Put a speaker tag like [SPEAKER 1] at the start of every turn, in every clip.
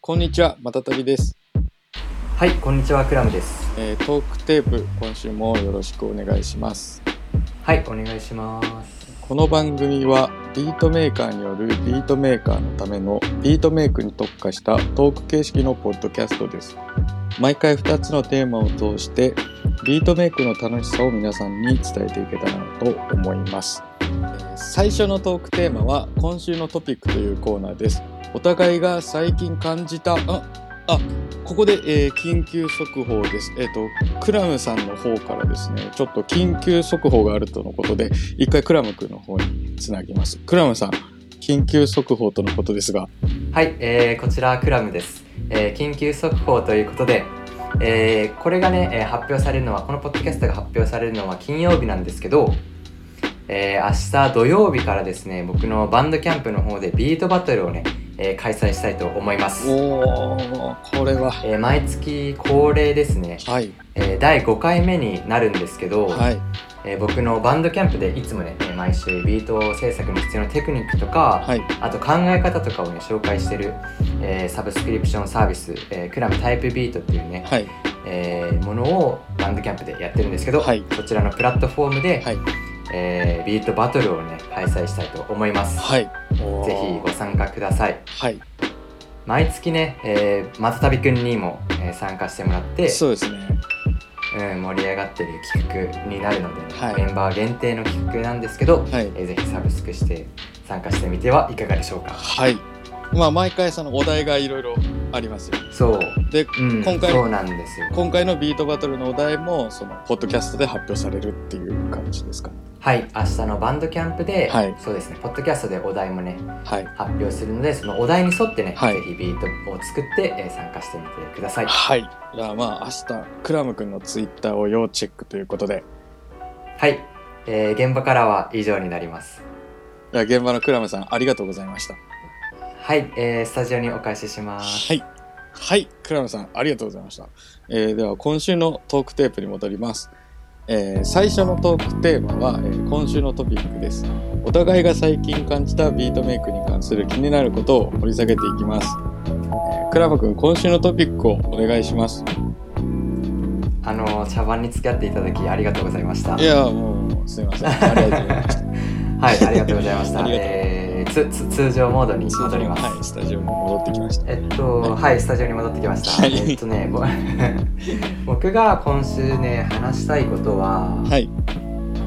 [SPEAKER 1] こんにちは、またたびです、
[SPEAKER 2] はい、こんにちは、クラムです。
[SPEAKER 1] えートークテープ、今週もよろしくお願いします。
[SPEAKER 2] はい、お願いします。
[SPEAKER 1] この番組はビートメーカーによるビートメーカーのためのビートメイクに特化したトーク形式のポッドキャストです毎回2つのテーマを通してビートメイクの楽しさを皆さんに伝えていけたらなと思いますえー最初のトークテーマは今週のトピックというコーナーですお互いが最近感じたああここで、えー緊急速報です。えっ、と、クラムさんの方からですね、ちょっと緊急速報があるとのことで、一回クラム君の方につなぎます。クラムさん、緊急速報とのことですが、
[SPEAKER 2] はい、えーこちらクラムです、えー緊急速報ということで、えーこれがね、えー発表されるのは、このポッドキャストが発表されるのは金曜日なんですけど、えー明日土曜日からですね、僕のバンドキャンプの方でビートバトルをね、えー開催したいと思います。
[SPEAKER 1] おー、これは、
[SPEAKER 2] えー毎月恒例ですね、
[SPEAKER 1] はい、
[SPEAKER 2] えー第5回目になるんですけど、
[SPEAKER 1] はい、
[SPEAKER 2] えー僕のバンドキャンプでいつもねえー毎週ビート制作に必要なテクニックとか、
[SPEAKER 1] はい、
[SPEAKER 2] あと考え方とかをね紹介してる、えーサブスクリプションサービス、えークラムタイプビートっていうね、
[SPEAKER 1] はい、
[SPEAKER 2] えーものをバンドキャンプでやってるんですけど、
[SPEAKER 1] はい
[SPEAKER 2] そちらのプラットフォームで、
[SPEAKER 1] はい
[SPEAKER 2] えービートバトルをね開催したいと思います、
[SPEAKER 1] はい、おー
[SPEAKER 2] ぜひご参加ください
[SPEAKER 1] はい、
[SPEAKER 2] 毎月ね、えー、松旅くんにも、えー参加してもらって
[SPEAKER 1] そうですね。
[SPEAKER 2] うん、盛り上がってる企画になるのでね、
[SPEAKER 1] はい
[SPEAKER 2] メンバー限定の企画なんですけど、
[SPEAKER 1] はい、
[SPEAKER 2] えーぜひサブスクして参加してみてはいかがでしょうか
[SPEAKER 1] はい。まあ、毎回そのお題がいろいろありますよ。
[SPEAKER 2] そう、
[SPEAKER 1] で、
[SPEAKER 2] うん、
[SPEAKER 1] 今回
[SPEAKER 2] そうなんですよ
[SPEAKER 1] 今回のビートバトルのお題も、その、ポッドキャストで発表されるっていう感じですかね。
[SPEAKER 2] はい明日のバンドキャンプで、
[SPEAKER 1] はい
[SPEAKER 2] そうですねポッドキャストでお題もね
[SPEAKER 1] はい。
[SPEAKER 2] 発表するのでそのお題に沿ってね、
[SPEAKER 1] はい
[SPEAKER 2] ぜひビートを作って、えー参加してみてください
[SPEAKER 1] はい。じゃあまあ明日、クラム君のツイッターを要チェックということで、
[SPEAKER 2] はい、えー現場からは以上になります
[SPEAKER 1] じゃあ現場のクラムさんありがとうございました。
[SPEAKER 2] はい、えースタジオにお返しします
[SPEAKER 1] はい。はい。クラムさんありがとうございました。えーでは今週のトークテープに戻ります。えー最初のトークテーマは、えー今週のトピックです。お互いが最近感じたビートメイクに関する気になることを掘り下げていきます。えークラム君、今週のトピックをお願いします。
[SPEAKER 2] あのー茶番に付き合っていただきありがとうございました
[SPEAKER 1] いや、もう、すいません。ありがとうございました。
[SPEAKER 2] はい、ありがとうございまし
[SPEAKER 1] あ
[SPEAKER 2] た。
[SPEAKER 1] りがとう
[SPEAKER 2] えー、つつ通常モードに戻ります。
[SPEAKER 1] はい、スタジオに戻ってきました。
[SPEAKER 2] えっと、はい、スタジオに戻ってきました。
[SPEAKER 1] はい
[SPEAKER 2] えっとね、ぼ 僕が今週ね、話したいことは、
[SPEAKER 1] はい。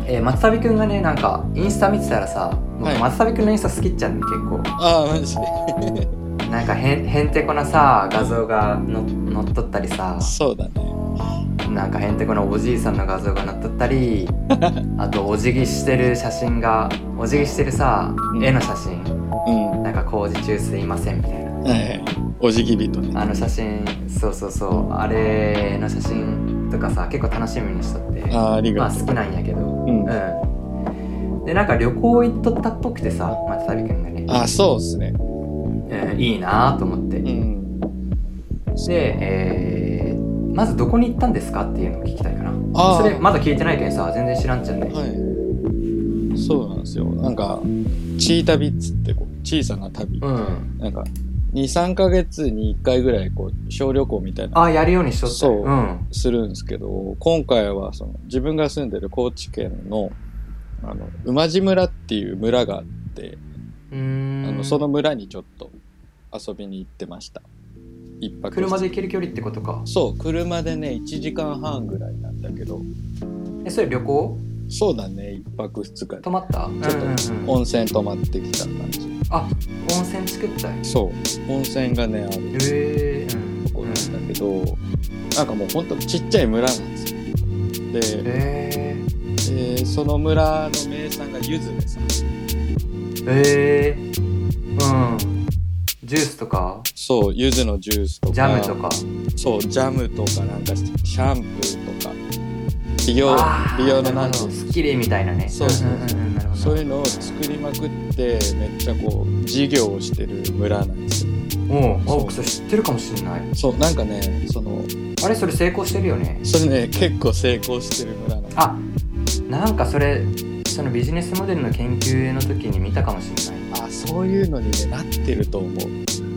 [SPEAKER 2] えー松旅くんがね、なんか、インスタ見てたらさ、僕
[SPEAKER 1] はい
[SPEAKER 2] 松旅くんのインスタ好きっちゃうんで、結構、
[SPEAKER 1] ああ、マジで。
[SPEAKER 2] なんかへん、へんてこなさ、画像がの載っとったりさ、
[SPEAKER 1] そうだね。
[SPEAKER 2] なんかへんてこなおじいさんの画像が載っとっ たり、あと、お辞儀してる写真が、お辞儀してるさ
[SPEAKER 1] う、ん
[SPEAKER 2] 絵の写真、
[SPEAKER 1] うん。は
[SPEAKER 2] なんか工事中すいませんみたいな。
[SPEAKER 1] いはい。おじぎ人ね。
[SPEAKER 2] あの写真そうそうそうあれの写真とかさ結構楽しみにしとって
[SPEAKER 1] ああ、あり
[SPEAKER 2] ま
[SPEAKER 1] が
[SPEAKER 2] あ
[SPEAKER 1] と
[SPEAKER 2] 好きなんやけど
[SPEAKER 1] う。うん。
[SPEAKER 2] うんでなんか旅行行っとったっぽくてさ松旅くんがね、
[SPEAKER 1] あ、そうっすね。
[SPEAKER 2] うん、いいなぁと思って、
[SPEAKER 1] う
[SPEAKER 2] で、
[SPEAKER 1] ん。
[SPEAKER 2] えーまずどこに行ったんですかっていうのを聞きたいかな
[SPEAKER 1] あー
[SPEAKER 2] それまだ聞いてないけんさ全然知らんじゃんね、
[SPEAKER 1] はい。そうなんですよ。なんか、チー旅っつってこう、小さな旅。
[SPEAKER 2] うん
[SPEAKER 1] なんか、2、3ヶ月に1回ぐらい、こう、小旅行みたいな
[SPEAKER 2] ああやるようにしとった
[SPEAKER 1] そうんするんですけど今回はその自分が住んでる高知県のあの馬路村っていう村があって
[SPEAKER 2] うーん
[SPEAKER 1] あのその村にちょっと遊びに行ってました一泊
[SPEAKER 2] 車で行ける距離ってことか
[SPEAKER 1] そう車でね1時間半ぐらいなんだけど
[SPEAKER 2] えそれ旅行
[SPEAKER 1] そうだね一泊二日で
[SPEAKER 2] 泊まっ
[SPEAKER 1] ち
[SPEAKER 2] た
[SPEAKER 1] ょっと
[SPEAKER 2] うんうんうん、
[SPEAKER 1] 温泉泊まってきた感じ
[SPEAKER 2] あ温泉作ったよ
[SPEAKER 1] そう温泉がねある
[SPEAKER 2] へえ
[SPEAKER 1] とこなんだけど、なんかもうほんとちっちゃい村なんですよで、
[SPEAKER 2] え
[SPEAKER 1] えーその村の名産がゆずでさ
[SPEAKER 2] ー、えー、うんジュースとか
[SPEAKER 1] そう柚子のジュースとか
[SPEAKER 2] ジャムとか
[SPEAKER 1] そうジャムとかなんかシャンプーとか美容
[SPEAKER 2] あー
[SPEAKER 1] 美容のなん
[SPEAKER 2] る
[SPEAKER 1] てい
[SPEAKER 2] ほ
[SPEAKER 1] うの
[SPEAKER 2] どスッキリみたいなね
[SPEAKER 1] そうそう
[SPEAKER 2] うんうんうんなるほど
[SPEAKER 1] そういうのを作りまくってめっちゃこう事業をしてる村なんですよ
[SPEAKER 2] おう
[SPEAKER 1] そう
[SPEAKER 2] あそれ知ってるかもしんない
[SPEAKER 1] そうなんかねその
[SPEAKER 2] あれそれ成功してるよね
[SPEAKER 1] それね結構成功してる村なんです
[SPEAKER 2] あなんかそれそのビジネスモデルの研究の時に見たかもしんない
[SPEAKER 1] あそういうのに、ね、なってると思う。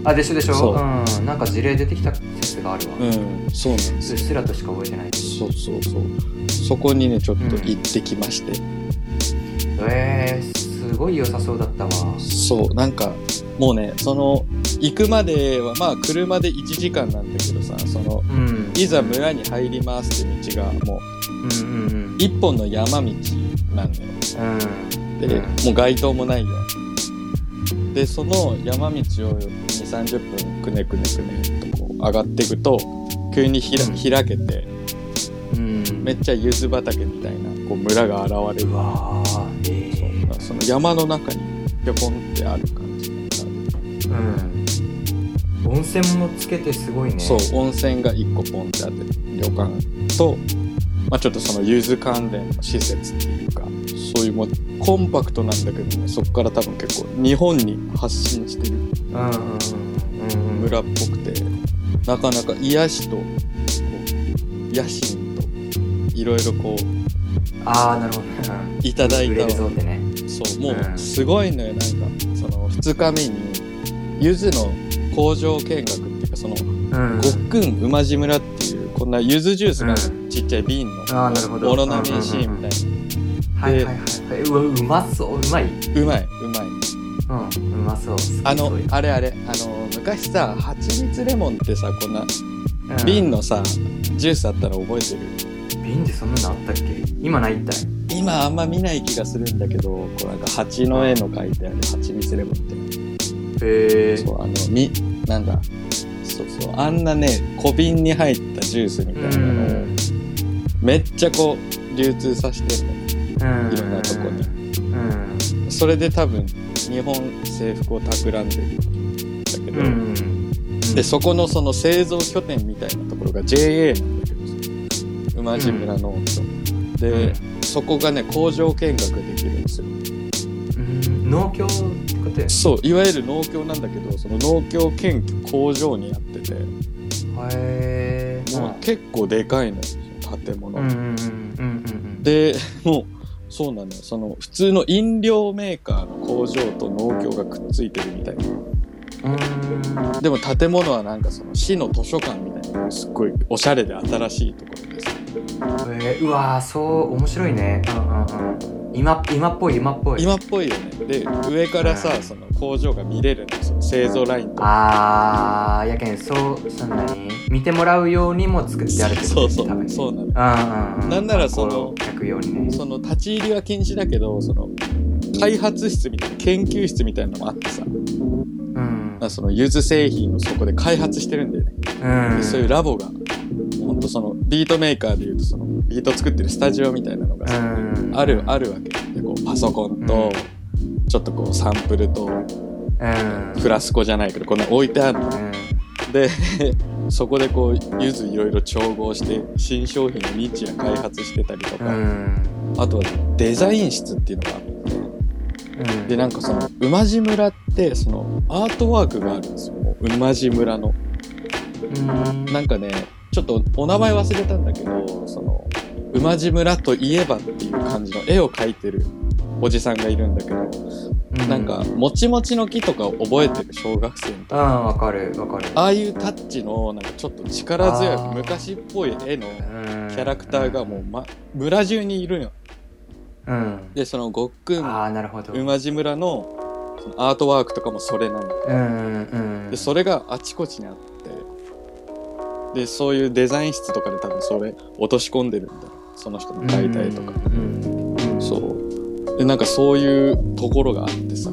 [SPEAKER 2] あでしょでし
[SPEAKER 1] そう
[SPEAKER 2] ょうんなんか事例出てきた説があるわ、う
[SPEAKER 1] うん
[SPEAKER 2] っ
[SPEAKER 1] ん、そうなんです。
[SPEAKER 2] すらとしか覚えてない
[SPEAKER 1] そうそうそう。そこにね、ちょっと行ってきまして。
[SPEAKER 2] えー、すごい良さそうだったわ
[SPEAKER 1] そう、なんか、もうね、その、行くまでは、まあ、車で1時間なんだけどさ、その、
[SPEAKER 2] うん
[SPEAKER 1] いざ村に入りますって道が、もう、
[SPEAKER 2] うんうんうん
[SPEAKER 1] 一本の山道なんだよ。
[SPEAKER 2] うん
[SPEAKER 1] で、
[SPEAKER 2] うん
[SPEAKER 1] もう街灯もないよ。で、その山道を2、30分くねくねくねっとこう上がっていくと、急にひら
[SPEAKER 2] うん
[SPEAKER 1] 開けて、
[SPEAKER 2] うん
[SPEAKER 1] めっちゃ柚子畑みたいなこう村が現れ
[SPEAKER 2] う
[SPEAKER 1] る
[SPEAKER 2] わーえ
[SPEAKER 1] そうその山の中にぴょこんってある感じ
[SPEAKER 2] ー、うん温泉もつけてすごいね
[SPEAKER 1] そう温泉が1個ポンってあって旅館と、まあ、ちょっとその柚子関連の施設っていうかそういうもうコンパクトなんだけどねそこから多分結構日本に発信してる
[SPEAKER 2] うんうんうんうんうん
[SPEAKER 1] 村っぽくてなかなか癒しとこう野心といろいろこう
[SPEAKER 2] ああなるほどね
[SPEAKER 1] いただい
[SPEAKER 2] 売
[SPEAKER 1] た
[SPEAKER 2] れるぞってね
[SPEAKER 1] そうも
[SPEAKER 2] う
[SPEAKER 1] うんすごいのよなんかその2日目にゆずの工場見学っていうかその
[SPEAKER 2] うん
[SPEAKER 1] ごっくん馬路村っていうこんなゆずジュースが
[SPEAKER 2] うん
[SPEAKER 1] ちっちゃい瓶の
[SPEAKER 2] あーなるほど
[SPEAKER 1] オロナミン C みたい
[SPEAKER 2] はいはいはいはいうわうまそううまい
[SPEAKER 1] なうまいうまい
[SPEAKER 2] うんうまそう
[SPEAKER 1] あの
[SPEAKER 2] 好き
[SPEAKER 1] あれあれあの昔さ蜂蜜レモンってさこんな
[SPEAKER 2] そういう
[SPEAKER 1] 瓶のさジュースあったら覚えてる
[SPEAKER 2] うん瓶でそんなのあったっけ今ないったい
[SPEAKER 1] 今あんま見ない気がするんだけどこうなんか蜂の絵の描いてある蜂蜜レモンって
[SPEAKER 2] へえ
[SPEAKER 1] そうあのみなんだそうそうあんなね小瓶に入ったジュースみた
[SPEAKER 2] う
[SPEAKER 1] い
[SPEAKER 2] ん
[SPEAKER 1] なのをめっちゃこう流通させてる
[SPEAKER 2] うん
[SPEAKER 1] いろんなとこに
[SPEAKER 2] うん
[SPEAKER 1] のそれで多分日本制服を企んでるんだけど、
[SPEAKER 2] うん
[SPEAKER 1] でそこのその製造拠点みたいなところが JA なんだけど馬路村農協、
[SPEAKER 2] う
[SPEAKER 1] で
[SPEAKER 2] ん、
[SPEAKER 1] そこがね工場見学できるんですよ
[SPEAKER 2] うん農協ってことやね
[SPEAKER 1] そういわゆる農協なんだけどその農協兼工場にやってて
[SPEAKER 2] へえ
[SPEAKER 1] もう結構でかいのよその建物、
[SPEAKER 2] うんうんうんうんうん
[SPEAKER 1] でもうそうなのよその普通の飲料メーカーの工場と農協がくっついてるみたいな
[SPEAKER 2] うんうん
[SPEAKER 1] でも建物はなんかその市の図書館みたいなすっごいおしゃれで新しいところです
[SPEAKER 2] えー、うわーそう面白いねうんうんうん今今っぽい今っぽい
[SPEAKER 1] 今っぽいよねで上からさその工場が見れるんですよ製造ラインとか
[SPEAKER 2] あーやけんそうそんなに見てもらうようにも作ってあるってこ
[SPEAKER 1] そ
[SPEAKER 2] と
[SPEAKER 1] う
[SPEAKER 2] ね
[SPEAKER 1] そ
[SPEAKER 2] 多分
[SPEAKER 1] う
[SPEAKER 2] ね
[SPEAKER 1] そうなの
[SPEAKER 2] うんうんうん
[SPEAKER 1] なんならその
[SPEAKER 2] こう客用にね
[SPEAKER 1] その立ち入りは禁止だけどその開発室みたいな研究室みたいなのもあってさ
[SPEAKER 2] うん
[SPEAKER 1] まあそのゆず製品をそこで開発してるんだよね
[SPEAKER 2] うん
[SPEAKER 1] でそういうラボがほんとそのビートメーカーでいうとそのビート作ってるスタジオみたいなのが
[SPEAKER 2] う
[SPEAKER 1] さ
[SPEAKER 2] ん
[SPEAKER 1] あるあるわけでこうパソコンとちょっとこうサンプルと
[SPEAKER 2] うん
[SPEAKER 1] フラスコじゃないけどこんな置いてあるの
[SPEAKER 2] うん
[SPEAKER 1] で そこでこうゆずいろいろ調合して新商品の日夜開発してたりと
[SPEAKER 2] う
[SPEAKER 1] か、
[SPEAKER 2] ん
[SPEAKER 1] あとはデザイン室っていうのがあ
[SPEAKER 2] うん
[SPEAKER 1] ってでなんかその馬路村ってそのアートワークがあるんですよもう馬路村の
[SPEAKER 2] うん
[SPEAKER 1] なんかねちょっとお名前忘れたんだけどその馬路村といえばっていう感じの絵を描いてるおじさんがいるんだけどなんかもちもちの木とかを覚えてる小学生みたいな
[SPEAKER 2] うんわかるわかる
[SPEAKER 1] ああいうタッチのなんかちょっと力強
[SPEAKER 2] あー
[SPEAKER 1] い昔っぽい絵の
[SPEAKER 2] キ
[SPEAKER 1] キ
[SPEAKER 2] ャ
[SPEAKER 1] ャラクターがもう、ま、村中にいるよ
[SPEAKER 2] うん
[SPEAKER 1] でそのごっくん
[SPEAKER 2] ああなるほど
[SPEAKER 1] 馬路村のそのアートワークとかもそれなの
[SPEAKER 2] うんうん
[SPEAKER 1] でそれがあちこちにあってでそういうデザイン室とかで多分それ落とし込んでるんだその人の解体とか
[SPEAKER 2] うんうん
[SPEAKER 1] そうでなんかそういうところがあってさ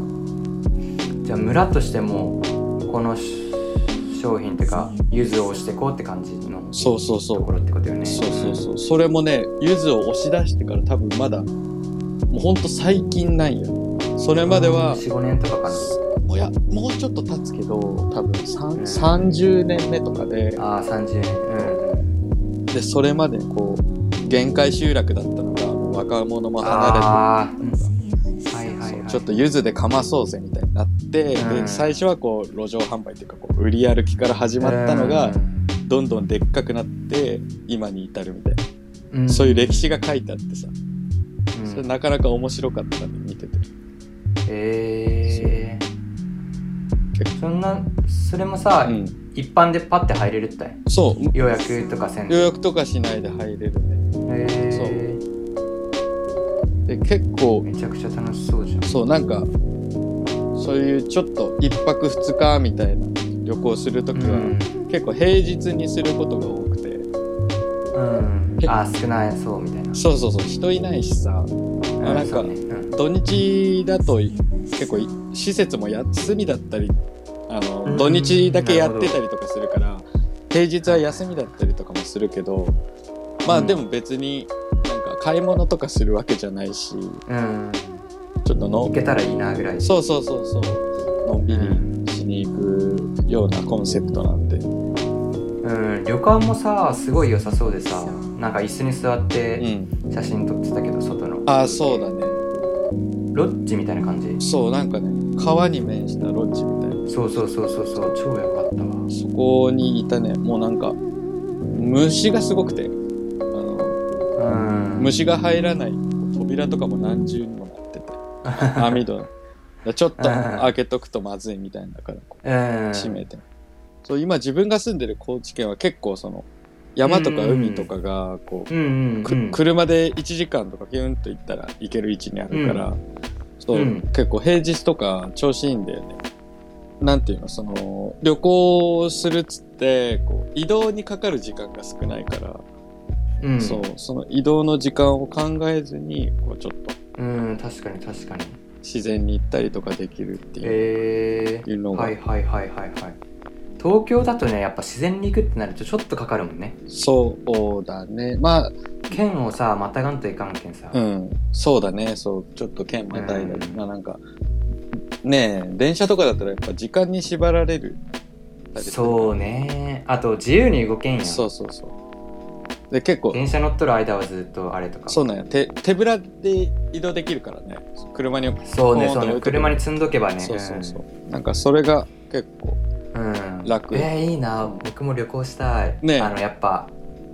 [SPEAKER 2] じゃあ村としてもこのし商品ってかゆずを押してこうって感じの
[SPEAKER 1] そうそうそ
[SPEAKER 2] と
[SPEAKER 1] う
[SPEAKER 2] ころってことよね
[SPEAKER 1] そうそうそうそれもねゆずを押し出してから多分まだもうほんと最近なんよそれまでは
[SPEAKER 2] 45年とかか
[SPEAKER 1] もうやもうちょっと経つけど多分さん
[SPEAKER 2] うん
[SPEAKER 1] 30年目とかで
[SPEAKER 2] なああ30年
[SPEAKER 1] でそれまでこう限界集落だったのがもう若者も
[SPEAKER 2] うん
[SPEAKER 1] 離
[SPEAKER 2] ああーはいはい
[SPEAKER 1] れ
[SPEAKER 2] は
[SPEAKER 1] て
[SPEAKER 2] い
[SPEAKER 1] ちょっとゆずでかまそうぜみたいになって、
[SPEAKER 2] う
[SPEAKER 1] で
[SPEAKER 2] ん
[SPEAKER 1] 最初はこう路上販売っていうかこう売り歩きから始まったのがどんどんでっかくなって今に至るみたいな、
[SPEAKER 2] うん
[SPEAKER 1] そういう歴史が書いてあってさ
[SPEAKER 2] うん
[SPEAKER 1] それなかなか面白かったんで見てて。
[SPEAKER 2] へえそんなそれもさ、
[SPEAKER 1] うん、
[SPEAKER 2] 一般でパッて入れるったい
[SPEAKER 1] そう
[SPEAKER 2] 予約とかせん
[SPEAKER 1] 予
[SPEAKER 2] へ
[SPEAKER 1] 約とかしないで入れるね
[SPEAKER 2] え
[SPEAKER 1] で結構
[SPEAKER 2] めちゃくちゃ楽しそうじゃん
[SPEAKER 1] そうなんかそういうちょっと1泊2日みたいな旅行する時は、
[SPEAKER 2] うん
[SPEAKER 1] 結構平日にすることが多くて
[SPEAKER 2] うん
[SPEAKER 1] え
[SPEAKER 2] あー少ないそうみたいな
[SPEAKER 1] そうそうそう人いないしさ
[SPEAKER 2] う
[SPEAKER 1] なんか
[SPEAKER 2] そうねうん
[SPEAKER 1] 土日だとい結構い施設も休みだったりあの、
[SPEAKER 2] うん
[SPEAKER 1] 土日だけやってたりとかするから平日は休みだったりとかもするけどまあ
[SPEAKER 2] うん
[SPEAKER 1] でも別になんか買い物とかするわけじゃないし
[SPEAKER 2] うん
[SPEAKER 1] ちょっとの
[SPEAKER 2] 行けたらいいなぐらい
[SPEAKER 1] そうそうそうそうのんびりしに行くようなコンセプトなんで、
[SPEAKER 2] うん旅館もさすごい良さそうでさなんか椅子に座っ
[SPEAKER 1] う
[SPEAKER 2] て
[SPEAKER 1] ん、
[SPEAKER 2] 写真撮ってたけど外の
[SPEAKER 1] ああそうだね
[SPEAKER 2] ロッジみたいな感じ
[SPEAKER 1] そうなんかね川に面したロッジみたいな
[SPEAKER 2] そうそうそうそうそう超良かったわ
[SPEAKER 1] そこにいたねもうなんか虫がすごくてあの
[SPEAKER 2] うん
[SPEAKER 1] 虫が入らない扉とかも何重にもなってて 網戸だからちょっと開けとくとまずいみたいだからこ
[SPEAKER 2] うん
[SPEAKER 1] う閉めて、そう今自分が住んでる高知県は結構その山とか海とかがこう、
[SPEAKER 2] うんうんうん
[SPEAKER 1] く車で1時間とかピュンと行ったら行ける位置にあるから、そう、
[SPEAKER 2] うん
[SPEAKER 1] 結構平日とか調子いいんだよね。なんていうのその旅行するっつってこう移動にかかる時間が少ないから、
[SPEAKER 2] うん
[SPEAKER 1] そうその移動の時間を考えずにこうちょっと
[SPEAKER 2] うん確かに確かに
[SPEAKER 1] 自然に行ったりとかできるっていう,、
[SPEAKER 2] えー、
[SPEAKER 1] のが、
[SPEAKER 2] はいはいはいはいはい東京だとねやっぱ自然に行くってなるとちょっとかかるもんね
[SPEAKER 1] そうだねまあ
[SPEAKER 2] 県をさまたがんといかんけんさ、
[SPEAKER 1] うんそうだねそうちょっと県またいだり、
[SPEAKER 2] うん
[SPEAKER 1] まあなんかねえ電車とかだったらやっぱ時間に縛られるう
[SPEAKER 2] そうねあと自由に動けんやん
[SPEAKER 1] そうそうそうで結構
[SPEAKER 2] 電車乗っとる間はずっとあれとか
[SPEAKER 1] そうなんや手手ぶらで移動できるからね車に
[SPEAKER 2] そうね
[SPEAKER 1] ポーンと
[SPEAKER 2] そう
[SPEAKER 1] 置
[SPEAKER 2] ね
[SPEAKER 1] いとく
[SPEAKER 2] 車に積んどけばね
[SPEAKER 1] そうそうそうなんかそれが結構
[SPEAKER 2] うん、うん
[SPEAKER 1] 楽
[SPEAKER 2] えー、いいな僕も旅行したい
[SPEAKER 1] ね
[SPEAKER 2] あのやっぱ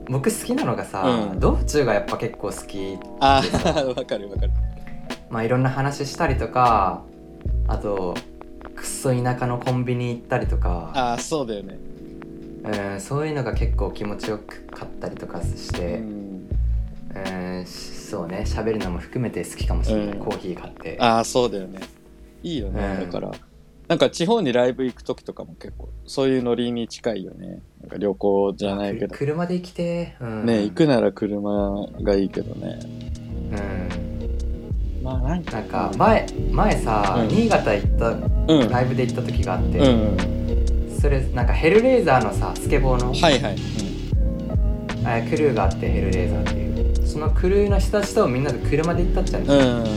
[SPEAKER 2] 僕好きなのがさ、
[SPEAKER 1] うん
[SPEAKER 2] 道中がやっぱ結構好き
[SPEAKER 1] ああわかるわかる
[SPEAKER 2] まあいろんな話したりとかあとくっそ田舎のコンビニ行ったりとか、
[SPEAKER 1] ああそうだよね、
[SPEAKER 2] うん、そういうのが結構気持ちよかったりとかし
[SPEAKER 1] う
[SPEAKER 2] て、
[SPEAKER 1] ん、
[SPEAKER 2] うんそうね喋るのも含めて好きかもしれない、
[SPEAKER 1] うん
[SPEAKER 2] コーヒー買って
[SPEAKER 1] ああそうだよねいいよね、
[SPEAKER 2] う
[SPEAKER 1] だ
[SPEAKER 2] ん
[SPEAKER 1] からなんか地方にライブ行く時とかも結構そういうノリに近いよねなんか旅行じゃないけど
[SPEAKER 2] 車で来て、うん、
[SPEAKER 1] ね行くなら車がいいけどね
[SPEAKER 2] うん
[SPEAKER 1] まあなん
[SPEAKER 2] なんか前前さ、
[SPEAKER 1] うん
[SPEAKER 2] 新潟行った
[SPEAKER 1] うんうん
[SPEAKER 2] ライブで行った時があって、
[SPEAKER 1] うん
[SPEAKER 2] それなんかヘルレーザーのさスケボーの、
[SPEAKER 1] はいはい、
[SPEAKER 2] えークルーがあってヘルレーザーっていうそのクルーの人たちとみんなで車で行ったっちゃう、、
[SPEAKER 1] うんん、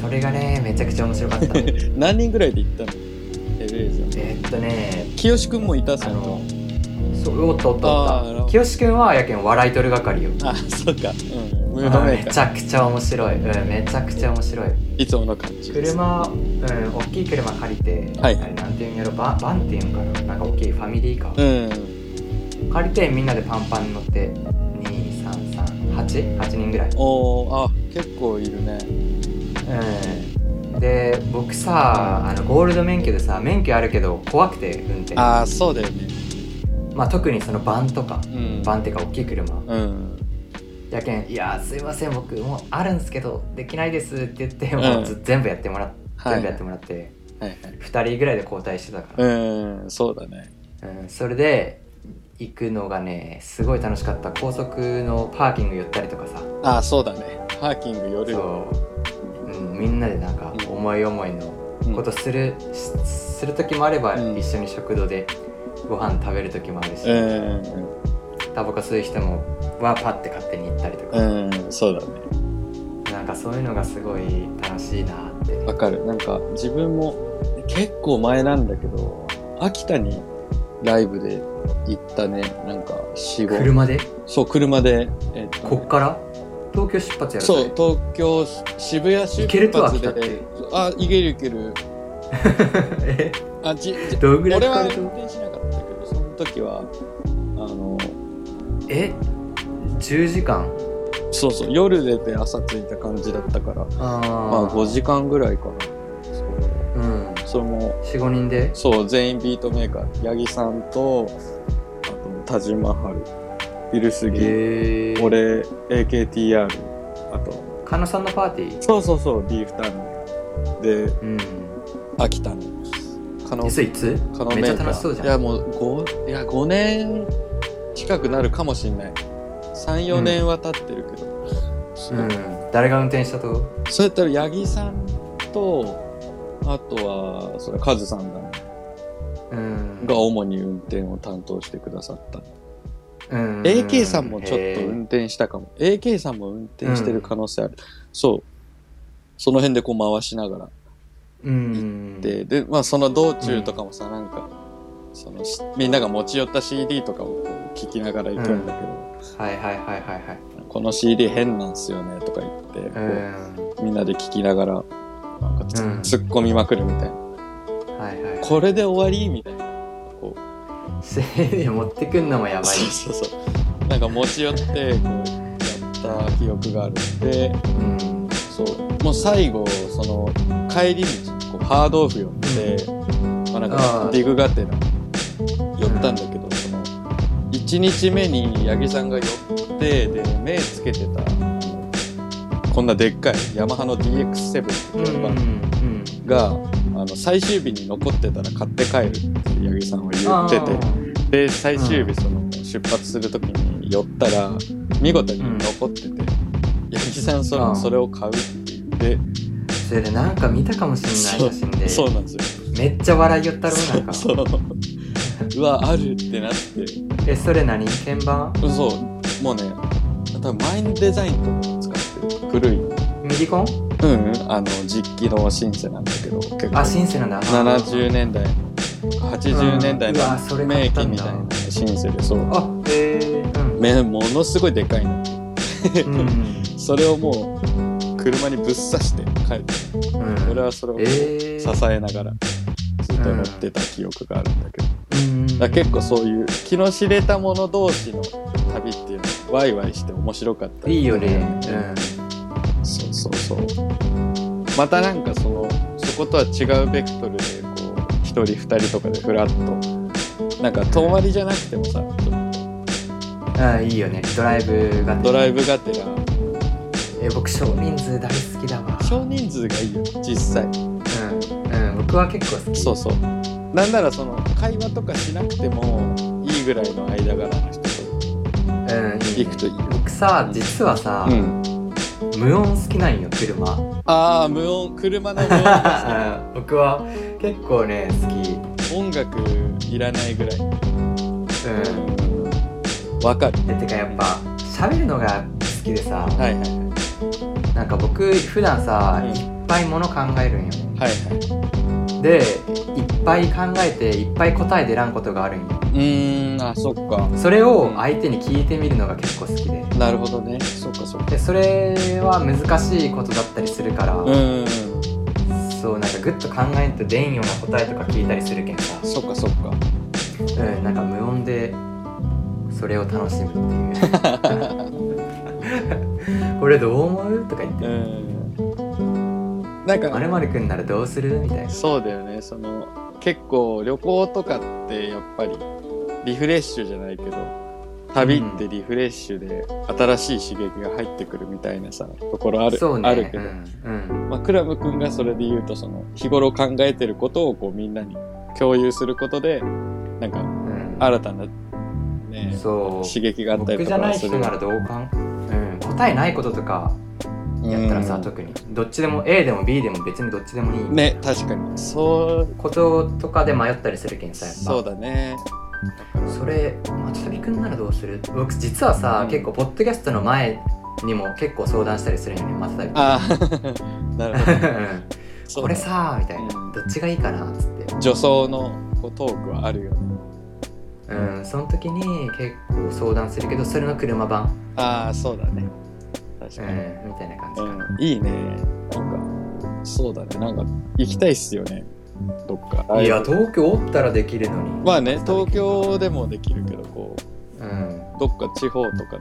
[SPEAKER 2] それがねめちゃくちゃ 面白かったえ
[SPEAKER 1] うん、何人ぐらいで行ったのエルエーザ
[SPEAKER 2] ーっとね
[SPEAKER 1] 清くんもいた
[SPEAKER 2] あ
[SPEAKER 1] そ
[SPEAKER 2] の
[SPEAKER 1] の
[SPEAKER 2] そうおっとおっ
[SPEAKER 1] あ
[SPEAKER 2] と
[SPEAKER 1] ーなる
[SPEAKER 2] お
[SPEAKER 1] ほ
[SPEAKER 2] っ
[SPEAKER 1] ど
[SPEAKER 2] た清くんはやけん笑い取る係よ
[SPEAKER 1] あそうか、うん、ムード
[SPEAKER 2] あ
[SPEAKER 1] メ
[SPEAKER 2] ー
[SPEAKER 1] ー
[SPEAKER 2] め
[SPEAKER 1] カ
[SPEAKER 2] ち
[SPEAKER 1] ー
[SPEAKER 2] ゃくちゃ面白い、うん、めちゃくちゃ面白い
[SPEAKER 1] いつもの感じです
[SPEAKER 2] 車、うん、大きい車借りて、
[SPEAKER 1] はい
[SPEAKER 2] あれなんていうんやろバンバンっていうんかななんか大きいファミリーカー、
[SPEAKER 1] うん
[SPEAKER 2] 借りてみんなでパンパンに乗って2338人ぐらい、
[SPEAKER 1] おおあ結構いるね
[SPEAKER 2] うん、で僕さあのゴールド免許でさ免許あるけど怖くて運転
[SPEAKER 1] ああそうだよね
[SPEAKER 2] まあ、特にそのバンとか
[SPEAKER 1] うん
[SPEAKER 2] バンっていうか大きい車
[SPEAKER 1] うん
[SPEAKER 2] やけん「いやーすいません僕もうあるんすけどできないです」って言って、
[SPEAKER 1] ん
[SPEAKER 2] もうず全部やってもらって、
[SPEAKER 1] はい
[SPEAKER 2] 全部やってもらって
[SPEAKER 1] はいはい
[SPEAKER 2] 2人ぐらいで交代してたから、
[SPEAKER 1] うん、そうだね。
[SPEAKER 2] うん、それで行くのがねすごい楽しかった高速のパーキング寄ったりとかさ
[SPEAKER 1] あ、そうだね。パーキング夜。
[SPEAKER 2] そう、うん、みんなでなんか
[SPEAKER 1] うん
[SPEAKER 2] 思い思いの
[SPEAKER 1] うん
[SPEAKER 2] ことする、しする時もあれば
[SPEAKER 1] うん
[SPEAKER 2] 一緒に食堂でご飯食べる時もあるし、
[SPEAKER 1] うん、
[SPEAKER 2] タバコ吸う人もはパッて勝手に行ったりとか、
[SPEAKER 1] うん、そうだね。
[SPEAKER 2] なんかそういうのがすごい楽しいなって
[SPEAKER 1] わかる。なんか自分も結構前なんだけど、秋田にライブで行ったね。なんか四五。
[SPEAKER 2] 車で
[SPEAKER 1] そう、車で。えっとね
[SPEAKER 2] こっから東京出発やろ
[SPEAKER 1] そう、
[SPEAKER 2] れ
[SPEAKER 1] 東京渋谷出
[SPEAKER 2] 行けるとは
[SPEAKER 1] 発
[SPEAKER 2] 秋田って
[SPEAKER 1] で。あ、行ける行ける。
[SPEAKER 2] え
[SPEAKER 1] あ、じ、じ
[SPEAKER 2] どんぐらい
[SPEAKER 1] 俺
[SPEAKER 2] かか
[SPEAKER 1] は
[SPEAKER 2] る
[SPEAKER 1] 運
[SPEAKER 2] と
[SPEAKER 1] 転しなかったけど、その時は。あの
[SPEAKER 2] え10時間
[SPEAKER 1] そうそう夜出て朝着いた感じだったから
[SPEAKER 2] あー
[SPEAKER 1] まあ5時間ぐらいかな。そう
[SPEAKER 2] うん
[SPEAKER 1] その
[SPEAKER 2] 45人で
[SPEAKER 1] そう全員ビートメーカー八木さんとあと田島春ビルスギ、
[SPEAKER 2] へえ
[SPEAKER 1] 俺 AKTR あと
[SPEAKER 2] 狩野さんのパーティー
[SPEAKER 1] そうそうそうビーフタンで
[SPEAKER 2] うん
[SPEAKER 1] 秋田のカノ
[SPEAKER 2] えそれいつ
[SPEAKER 1] カノ
[SPEAKER 2] めっち
[SPEAKER 1] メ
[SPEAKER 2] ゃ
[SPEAKER 1] ーカー
[SPEAKER 2] 楽しそうじゃん
[SPEAKER 1] いやもう5いや5年近くなるかもしれない34
[SPEAKER 2] うん
[SPEAKER 1] 年は経ってるけど、そううん
[SPEAKER 2] 誰が運転したと
[SPEAKER 1] そうやったら八木さんとあとはそれカズさんだ、ね、
[SPEAKER 2] うん
[SPEAKER 1] が主に運転を担当してくださった、
[SPEAKER 2] うん
[SPEAKER 1] AK さんもちょっと
[SPEAKER 2] へー
[SPEAKER 1] 運転したかも AK さんも運転してる可能性ある、そうその辺でこう回しながら
[SPEAKER 2] うん
[SPEAKER 1] でで、まあ、その道中とかもさ、なんかそのしみんなが持ち寄った CD とかをこう聞きながら行くんだけど、
[SPEAKER 2] はいはいはいはいはい
[SPEAKER 1] この CD 変なんすよねとか言って、こう
[SPEAKER 2] う
[SPEAKER 1] みんなで聞きながらなんかつ、
[SPEAKER 2] うん
[SPEAKER 1] 突っ込みまくるみたいなん
[SPEAKER 2] はいはい
[SPEAKER 1] これで終わりみたいな
[SPEAKER 2] せいや持ってくんのもやばい
[SPEAKER 1] そうそうそうなんか持ち寄ってこうやった記憶があるんで
[SPEAKER 2] うん
[SPEAKER 1] そうもう最後その帰り道こうハードオフ寄って、まあ、なんか
[SPEAKER 2] あー
[SPEAKER 1] ディグがてら寄ったんだけど、その1日目に八木さんが寄ってで目つけてたあのこんなでっかいヤマハの DX7 って
[SPEAKER 2] う
[SPEAKER 1] い
[SPEAKER 2] ん
[SPEAKER 1] う
[SPEAKER 2] う
[SPEAKER 1] の
[SPEAKER 2] ん
[SPEAKER 1] が、あの最終日に残ってたら買って帰るって八木さんは言っててで最終
[SPEAKER 2] う
[SPEAKER 1] 日その出発する時に寄ったら見事に残ってて、八木さんそ
[SPEAKER 2] あ
[SPEAKER 1] の
[SPEAKER 2] ー
[SPEAKER 1] それを買うって言って。
[SPEAKER 2] てそれでなんか見たかもしれない写真で
[SPEAKER 1] そうなんですよ。
[SPEAKER 2] めっちゃ笑いよったろなんか
[SPEAKER 1] そう。うわ、あるってなって。
[SPEAKER 2] えそれ何鍵盤
[SPEAKER 1] そう。もうね、多分マインデザインとか使ってる。古い。う
[SPEAKER 2] ミリコ
[SPEAKER 1] ん、
[SPEAKER 2] ン
[SPEAKER 1] うん。あの、実機のシンセなんだけど、結構。
[SPEAKER 2] あシンセなんだ
[SPEAKER 1] 70年代の、80年代
[SPEAKER 2] うんうわ
[SPEAKER 1] の
[SPEAKER 2] それ
[SPEAKER 1] 名
[SPEAKER 2] 買った
[SPEAKER 1] 機
[SPEAKER 2] ん
[SPEAKER 1] み
[SPEAKER 2] だ
[SPEAKER 1] たいなシンセで、そう。
[SPEAKER 2] あへえうん
[SPEAKER 1] めものすごいでかいの。
[SPEAKER 2] うんうん
[SPEAKER 1] それをもう、車にぶっ刺して帰って。
[SPEAKER 2] うん
[SPEAKER 1] 俺はそれをこう支
[SPEAKER 2] えー
[SPEAKER 1] えながら、ずっと乗ってた記憶があるんだけど。
[SPEAKER 2] うんうん
[SPEAKER 1] だから結構そういう気の知れた者同士の旅っていうのワイワイして面白かったり
[SPEAKER 2] いいよね
[SPEAKER 1] そうそうそうまたなんかそのそことは違うベクトルでこう1人2人とかでフラッとなんか遠回りじゃなくてもさちょっ
[SPEAKER 2] うんあいいよねドライブが
[SPEAKER 1] とドライブがてら
[SPEAKER 2] え僕少人数大好きだわ
[SPEAKER 1] 少人数がいいよ実際
[SPEAKER 2] うん、うん、僕は結構好き
[SPEAKER 1] そうそうなんならその会話とかしなくてもいいぐらいの間柄の人と
[SPEAKER 2] うんいいね
[SPEAKER 1] 行くといいよ
[SPEAKER 2] 僕さ実はさ、
[SPEAKER 1] うん
[SPEAKER 2] 無音好きなんよ車
[SPEAKER 1] ああ無音車の無音が好き
[SPEAKER 2] 僕は結構ね好き
[SPEAKER 1] 音楽いらないぐらい
[SPEAKER 2] うん
[SPEAKER 1] わかる
[SPEAKER 2] でてかやっぱ喋るのが好きでさ、
[SPEAKER 1] はいはいはい
[SPEAKER 2] なんか僕普段さ、
[SPEAKER 1] うん
[SPEAKER 2] いっぱいもの考えるんよね
[SPEAKER 1] はいは
[SPEAKER 2] でいっぱい考えていっぱい答え出らんことがあるんよ
[SPEAKER 1] いうーんあそっか
[SPEAKER 2] それを相手に聞いてみるのが結構好きで
[SPEAKER 1] なるほどねそっかそっか
[SPEAKER 2] でそれは難しいことだったりするから、
[SPEAKER 1] うーん
[SPEAKER 2] そうなんかグッと考えんと出んような答えとか聞いたりするけんさ、
[SPEAKER 1] そっかそっか
[SPEAKER 2] うん、なんか無音でそれを楽しむって いう「これどう思う?」とか言っ
[SPEAKER 1] う
[SPEAKER 2] て
[SPEAKER 1] ーんなん
[SPEAKER 2] 「まる
[SPEAKER 1] か
[SPEAKER 2] まるくんならどうする?」みたいな
[SPEAKER 1] そうだよねその結構旅行とかってやっぱりリフレッシュじゃないけど旅ってリフレッシュで新しい刺激が入ってくるみたいなさところある,、
[SPEAKER 2] そうね
[SPEAKER 1] あるけど、
[SPEAKER 2] うん
[SPEAKER 1] まあ、クラブくんがそれで言うとその日頃考えてることをこうみんなに共有することでなんか
[SPEAKER 2] うんうん
[SPEAKER 1] 新たな、ね、
[SPEAKER 2] そう
[SPEAKER 1] 刺激があったり
[SPEAKER 2] 僕
[SPEAKER 1] と
[SPEAKER 2] じゃ
[SPEAKER 1] か
[SPEAKER 2] な
[SPEAKER 1] はいす
[SPEAKER 2] 人
[SPEAKER 1] る
[SPEAKER 2] ならどうかん、うん、答えないこととかやったらさ、
[SPEAKER 1] うん
[SPEAKER 2] 特にどっちでも A でも B でも別にどっちでもいい、
[SPEAKER 1] ね確かにそう
[SPEAKER 2] こととかで迷ったりするけんさやっぱ
[SPEAKER 1] そうだね
[SPEAKER 2] それ松旅くんならどうする僕実はさ、
[SPEAKER 1] うん
[SPEAKER 2] 結構ポッドキャストの前にも結構相談したりするんよね松旅君
[SPEAKER 1] ああ なるほどそう
[SPEAKER 2] これさみたいな、
[SPEAKER 1] うん
[SPEAKER 2] どっちがいいかなっつって
[SPEAKER 1] 女装のこうトークはあるよね
[SPEAKER 2] うんその時に結構相談するけどそれの車版、
[SPEAKER 1] ああそうだね確
[SPEAKER 2] う
[SPEAKER 1] か
[SPEAKER 2] ん
[SPEAKER 1] に、
[SPEAKER 2] みたいな感じ
[SPEAKER 1] う
[SPEAKER 2] か
[SPEAKER 1] ん
[SPEAKER 2] な、
[SPEAKER 1] いいねなんかそうだねなんか行きたいっすよねどっか
[SPEAKER 2] いや東京おったらできるのに
[SPEAKER 1] まあね東京でもできるけどこう
[SPEAKER 2] うん、
[SPEAKER 1] どっか地方とか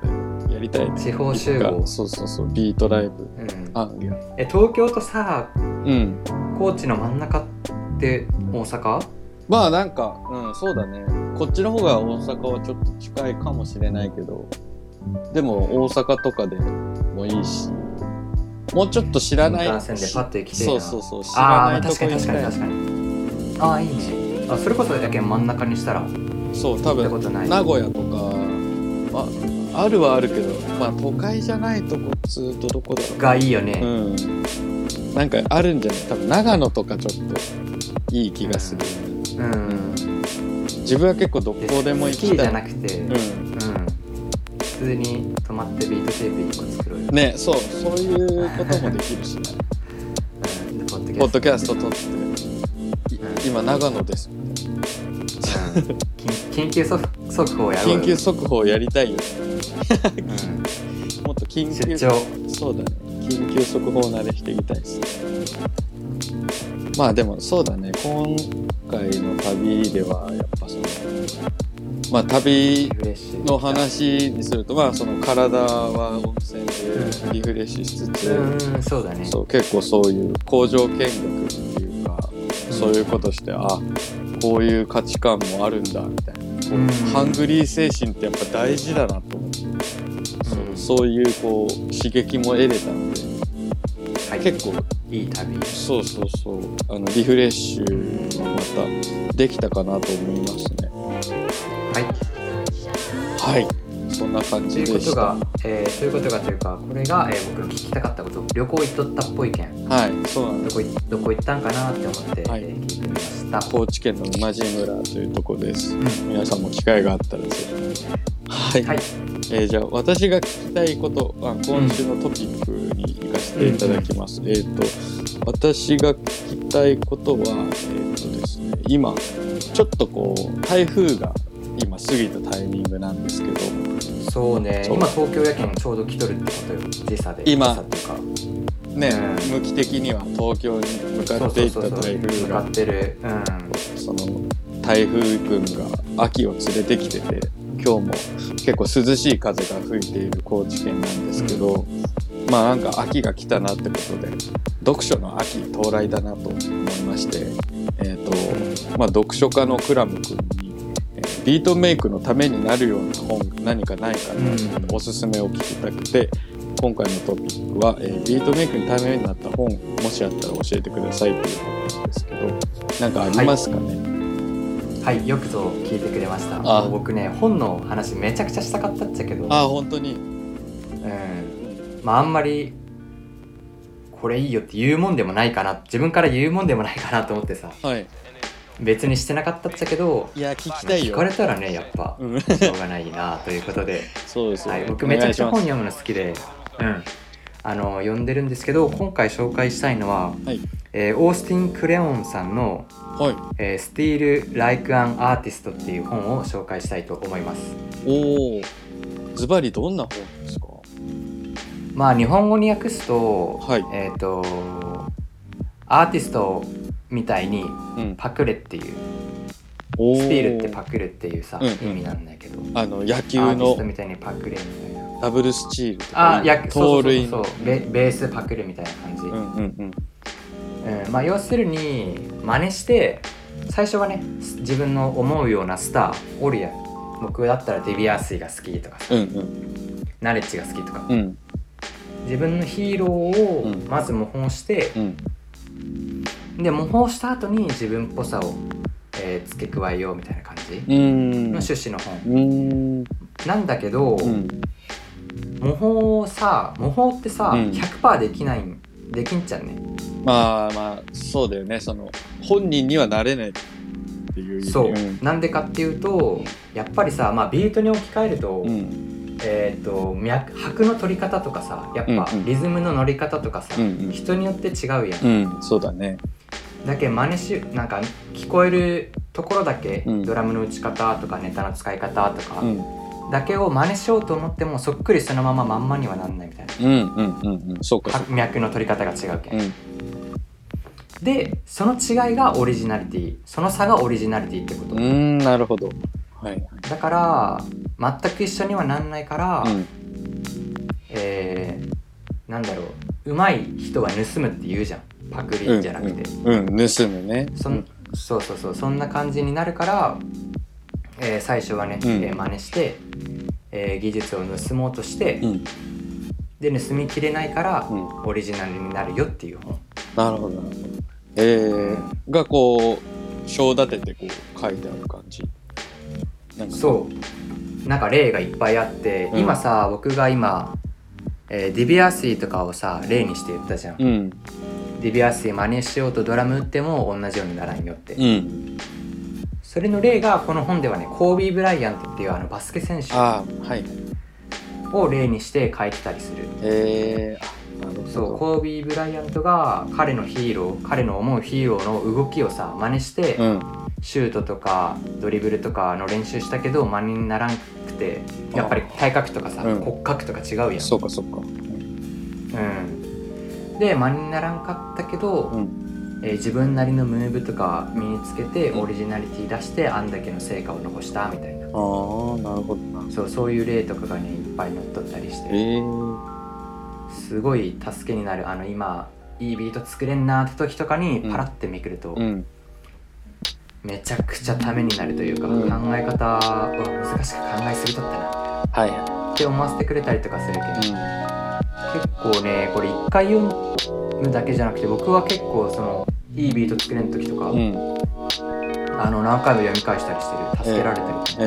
[SPEAKER 1] でやりたいね
[SPEAKER 2] 地方集
[SPEAKER 1] いつ
[SPEAKER 2] 合
[SPEAKER 1] か、そうそうそうビートライブ
[SPEAKER 2] うん、
[SPEAKER 1] あいや
[SPEAKER 2] え東京とさ
[SPEAKER 1] うん
[SPEAKER 2] 高知の真ん中って大阪
[SPEAKER 1] まあなんか、うん、そうだね。こっちの方が大阪はちょっと近いかもしれないけど、でも大阪とかでもいいし、もうちょっと知らない。
[SPEAKER 2] 新幹線でパッと行きたい
[SPEAKER 1] そ
[SPEAKER 2] な
[SPEAKER 1] うそうそう、知
[SPEAKER 2] あ
[SPEAKER 1] ら
[SPEAKER 2] あ
[SPEAKER 1] ないと
[SPEAKER 2] 確
[SPEAKER 1] こ
[SPEAKER 2] かに
[SPEAKER 1] 行きた
[SPEAKER 2] 確かに
[SPEAKER 1] い
[SPEAKER 2] 確。かにああいいねあそれこそだけん真ん中にしたら
[SPEAKER 1] そう、多
[SPEAKER 2] 行っ
[SPEAKER 1] 分、
[SPEAKER 2] たことない
[SPEAKER 1] 名古屋とか、まあ、あるはあるけど、まあ都会じゃないとこ、ずーっとどこだろう。
[SPEAKER 2] がいいよね、
[SPEAKER 1] うん。なんかあるんじゃない多分長野とかちょっといい気がする。
[SPEAKER 2] うん、
[SPEAKER 1] 自分は結構どこでも行
[SPEAKER 2] スキ
[SPEAKER 1] き
[SPEAKER 2] ーじ
[SPEAKER 1] たい
[SPEAKER 2] ゃ。なくて、うん、
[SPEAKER 1] うん。
[SPEAKER 2] 普通に泊まってビートテープ1個作ろうよ、
[SPEAKER 1] ね、そう、そういうこともできるしね。
[SPEAKER 2] うん、ポ
[SPEAKER 1] ポ
[SPEAKER 2] ッ
[SPEAKER 1] ッド
[SPEAKER 2] ド
[SPEAKER 1] キ
[SPEAKER 2] キ
[SPEAKER 1] ャ
[SPEAKER 2] ャ
[SPEAKER 1] ス
[SPEAKER 2] ス
[SPEAKER 1] ト
[SPEAKER 2] ト
[SPEAKER 1] 撮って、い今長野です。
[SPEAKER 2] うん緊緊急速速報やろうよ
[SPEAKER 1] 緊急速報やりたいよね。
[SPEAKER 2] う
[SPEAKER 1] もっと緊
[SPEAKER 2] ん、
[SPEAKER 1] 急
[SPEAKER 2] 出張
[SPEAKER 1] そうだね。緊急速報慣れしていきたいですね。まあでもそうだね。今回の旅ではやっぱその、まあ旅
[SPEAKER 2] リフレッシュ
[SPEAKER 1] の話にすると、まあその体は温泉でリフレッシュしつつ、
[SPEAKER 2] うんそうだね
[SPEAKER 1] そう結構そういう工場見学っていうかそういうことしてあこういう価値観もあるんだみたいな、こう
[SPEAKER 2] うん
[SPEAKER 1] ハングリー精神ってやっぱ大事だなと思って、
[SPEAKER 2] うん
[SPEAKER 1] そうそういうこう刺激も得れたので
[SPEAKER 2] はい
[SPEAKER 1] 結構
[SPEAKER 2] いい旅
[SPEAKER 1] そうそうそうあのリフレッシュはまたできたかなと思いますね
[SPEAKER 2] はい
[SPEAKER 1] はいそんな感
[SPEAKER 2] と
[SPEAKER 1] じ
[SPEAKER 2] いう
[SPEAKER 1] で
[SPEAKER 2] こ
[SPEAKER 1] し
[SPEAKER 2] と
[SPEAKER 1] た
[SPEAKER 2] が、えー、ということがというかこれが、えー僕の聞きたかったこと旅行行っとったっぽいけん
[SPEAKER 1] はいそうなんで
[SPEAKER 2] ど
[SPEAKER 1] す
[SPEAKER 2] こいどこ行ったんかなって思って、
[SPEAKER 1] はい
[SPEAKER 2] えー聞いてみました、
[SPEAKER 1] 高知県の馬路村というとこです
[SPEAKER 2] うん
[SPEAKER 1] 皆さんも機会があったらぜひはい、
[SPEAKER 2] はい
[SPEAKER 1] えーじゃあ私が聞きたいことは今週のトピックに行かせていただきます、えっ、と私が聞きたいことはえっ、とですね今ちょっとこう台風が今過ぎたタイミングなんですけど
[SPEAKER 2] そうね
[SPEAKER 1] そう
[SPEAKER 2] 今東京やけんちょうど来とるってことよ時差で
[SPEAKER 1] 今
[SPEAKER 2] 時差っていうか
[SPEAKER 1] ね、
[SPEAKER 2] う
[SPEAKER 1] 向き的には東京に向かっていった台風
[SPEAKER 2] 向か
[SPEAKER 1] が
[SPEAKER 2] ってるうん
[SPEAKER 1] その台風群が秋を連れてきてて今日も結構涼しい風が吹いている高知県なんですけど、まあなんか秋が来たなってことで読書の秋到来だなと思いまして、えっとまあ、読書家のクラム君に、えービートメイクのためになるような本何かないかな
[SPEAKER 2] うん
[SPEAKER 1] おすすめを聞きたくて今回のトピックは、えービートメイクのためになった本もしあったら教えてくださいということなんですけどなんかありますかね、
[SPEAKER 2] はいよくぞ聞いてくれました
[SPEAKER 1] あ
[SPEAKER 2] もう僕ね本の話めちゃくちゃしたかったっちゃけど
[SPEAKER 1] ああ本当に
[SPEAKER 2] うんまああんまりこれいいよって言うもんでもないかな自分から言うもんでもないかなと思ってさ
[SPEAKER 1] はい
[SPEAKER 2] 別にしてなかったっちゃけど
[SPEAKER 1] いや聞きたい
[SPEAKER 2] 聞
[SPEAKER 1] よ
[SPEAKER 2] かれたらねやっぱ
[SPEAKER 1] うん、
[SPEAKER 2] しょうがないなということで
[SPEAKER 1] そうですよ
[SPEAKER 2] は
[SPEAKER 1] ね、
[SPEAKER 2] い、僕めちゃくちゃ
[SPEAKER 1] お願
[SPEAKER 2] 本
[SPEAKER 1] いし
[SPEAKER 2] 読むの好きで、うん、あの読んでるんですけど今回紹介したいのは、
[SPEAKER 1] はい
[SPEAKER 2] えーオースティン・クレオンさんの
[SPEAKER 1] ますはい
[SPEAKER 2] 「えー、スティール・ライク・アン・アーティスト」っていう本を紹介したいと思います。
[SPEAKER 1] おおズバリどんな本ですか
[SPEAKER 2] まあ日本語に訳すと,、
[SPEAKER 1] はい
[SPEAKER 2] えー、とアーティストみたいに
[SPEAKER 1] うん
[SPEAKER 2] パクレっていう
[SPEAKER 1] おー
[SPEAKER 2] スティールってパクレっていうさ、
[SPEAKER 1] うん
[SPEAKER 2] 意味なんだけど
[SPEAKER 1] あの野球
[SPEAKER 2] アーティ
[SPEAKER 1] の
[SPEAKER 2] ストみたいにパクレみたいな。
[SPEAKER 1] ダブルスチールとか
[SPEAKER 2] あ、やそ
[SPEAKER 1] 盗
[SPEAKER 2] うそうそう
[SPEAKER 1] 塁
[SPEAKER 2] そ
[SPEAKER 1] の
[SPEAKER 2] うベベースパクレみたいな感じ、
[SPEAKER 1] うんうんうん
[SPEAKER 2] うんまあ、要するに真似して最初はね自分の思うようなスターおるやん僕だったらデビアースイが好きとかさ
[SPEAKER 1] うんうん
[SPEAKER 2] ナレッジが好きとか
[SPEAKER 1] うん
[SPEAKER 2] 自分のヒーローを
[SPEAKER 1] うん
[SPEAKER 2] まず模倣して
[SPEAKER 1] う、ん
[SPEAKER 2] で模倣した後に自分っぽさを、えー付け加えようみたいな感じ
[SPEAKER 1] うーん
[SPEAKER 2] の趣旨の本
[SPEAKER 1] うーん
[SPEAKER 2] なんだけど、
[SPEAKER 1] うん
[SPEAKER 2] 模倣をさ模倣ってさ、
[SPEAKER 1] うん
[SPEAKER 2] 100%できないんできんちゃうね
[SPEAKER 1] まあまあそうだよねその本人にはなれないっていう意味
[SPEAKER 2] そう、
[SPEAKER 1] ん
[SPEAKER 2] なんでかっていうとやっぱりさ、まあ、ビートに置き換えると、
[SPEAKER 1] うん
[SPEAKER 2] えー、と脈拍の取り方とかさやっぱ
[SPEAKER 1] うんうん
[SPEAKER 2] リズムの乗り方とかさ、
[SPEAKER 1] うん
[SPEAKER 2] 人によって違うやん、
[SPEAKER 1] うん、うん、そうだね
[SPEAKER 2] だけど真似しなんか聞こえるところだけ、
[SPEAKER 1] うん
[SPEAKER 2] ドラムの打ち方とかネタの使い方とか、
[SPEAKER 1] うん
[SPEAKER 2] だけを真似しようと思ってもそっくりそのまままんまにはなんないみたいな
[SPEAKER 1] うんうんうんうんそうかそうか
[SPEAKER 2] 拍脈の取り方が違うけん、
[SPEAKER 1] うん
[SPEAKER 2] でその違いがオリジナリティその差がオリジナリティってこと、
[SPEAKER 1] うーんなるほどはい
[SPEAKER 2] だから全く一緒にはなんないから、
[SPEAKER 1] うん
[SPEAKER 2] えーなんだろう上手い人は盗むって言うじゃんパク
[SPEAKER 1] う
[SPEAKER 2] リ
[SPEAKER 1] ん
[SPEAKER 2] じゃなくて、
[SPEAKER 1] うん、うん、盗むね
[SPEAKER 2] そんそうそうそうそんな感じになるから、えー最初はね、
[SPEAKER 1] うん
[SPEAKER 2] えー真似して、えー技術を盗もうとして、
[SPEAKER 1] うん
[SPEAKER 2] で盗みきれないから、
[SPEAKER 1] うん
[SPEAKER 2] オリジナルになるよっていう本
[SPEAKER 1] なるほどなるほどえー、がこう章立ててこう書いてある感じなんか
[SPEAKER 2] そうなんか例がいっぱいあって、
[SPEAKER 1] うん
[SPEAKER 2] 今さ僕が今、えーディビアシーとかをさ例にして言ったじゃん、
[SPEAKER 1] うん
[SPEAKER 2] ディビアシー真似しようとドラム打っても同じようにならんよって、
[SPEAKER 1] うん
[SPEAKER 2] それの例がこの本ではねコービー・ブライアントっていうあのバスケ選手
[SPEAKER 1] ああはい
[SPEAKER 2] を例にして書いてたりする
[SPEAKER 1] えー、あなるほど
[SPEAKER 2] そうコービー・ブライアントが彼のヒーロー彼の思うヒーローの動きをさ真似して、
[SPEAKER 1] うん
[SPEAKER 2] シュートとかドリブルとかの練習したけど真似にならんくてやっぱり体格とかさ、
[SPEAKER 1] うん
[SPEAKER 2] 骨格とか違うやん
[SPEAKER 1] そうかそうかうん
[SPEAKER 2] うん、で真似にならんかったけど、
[SPEAKER 1] うん
[SPEAKER 2] えー自分なりのムーブとか身につけてオリジナリティ出してあんだけの成果を残したみたい
[SPEAKER 1] ああな
[SPEAKER 2] な
[SPEAKER 1] るほどな
[SPEAKER 2] そうそういう例とかがねいっぱい載っとったりし
[SPEAKER 1] え
[SPEAKER 2] て
[SPEAKER 1] ー、
[SPEAKER 2] すごい助けになるあの今いいビート作れんなって時とかにパラってめくると、
[SPEAKER 1] うん
[SPEAKER 2] めちゃくちゃためになるというか、
[SPEAKER 1] うん
[SPEAKER 2] 考え方は難しく考えすぎとったな
[SPEAKER 1] はい
[SPEAKER 2] って思わせてくれたりとかするけど、
[SPEAKER 1] は
[SPEAKER 2] 結構ねこれ一回読むだけじゃなくて僕は結構そのいいビート作れん時とか、
[SPEAKER 1] いうん、うん、
[SPEAKER 2] あの何回も読み返したりしてる助けられたり、
[SPEAKER 1] え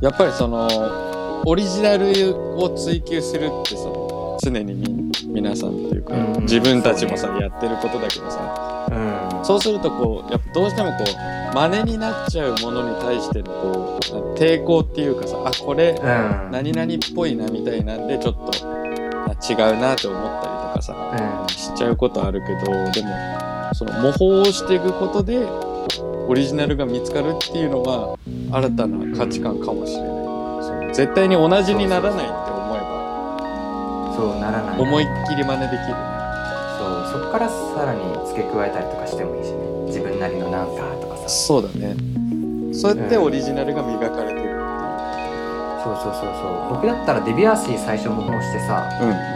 [SPEAKER 1] ー、やっぱりそのオリジナルを追求するってさ常にみ皆さんっていうか、
[SPEAKER 2] うん
[SPEAKER 1] 自分たちもさ、
[SPEAKER 2] そう
[SPEAKER 1] やってることだけどさ
[SPEAKER 2] うん、うん、
[SPEAKER 1] そうするとこうやっぱどうしてもこう真似になっちゃうものに対してのこうなんか抵抗っていうかさあこれ
[SPEAKER 2] うん
[SPEAKER 1] 何々っぽいなみたいなんでちょっとあ違うなって思ったりとかさ
[SPEAKER 2] うん
[SPEAKER 1] しちゃうことあるけどでもその模倣をしていくことでオリジナルが見つかるっていうのは新たな価値観かもしれない、その絶対に同じにならないって思えば
[SPEAKER 2] そうならない
[SPEAKER 1] 思いっきり真似できる
[SPEAKER 2] そうそこからさらに付け加えたりとかしてもいいしね自分なりのなんかとかさ
[SPEAKER 1] そうだねそうやってオリジナルが磨かれてるっていう
[SPEAKER 2] そうそうそうそう僕だったらデビュアーシー最初模倣してさ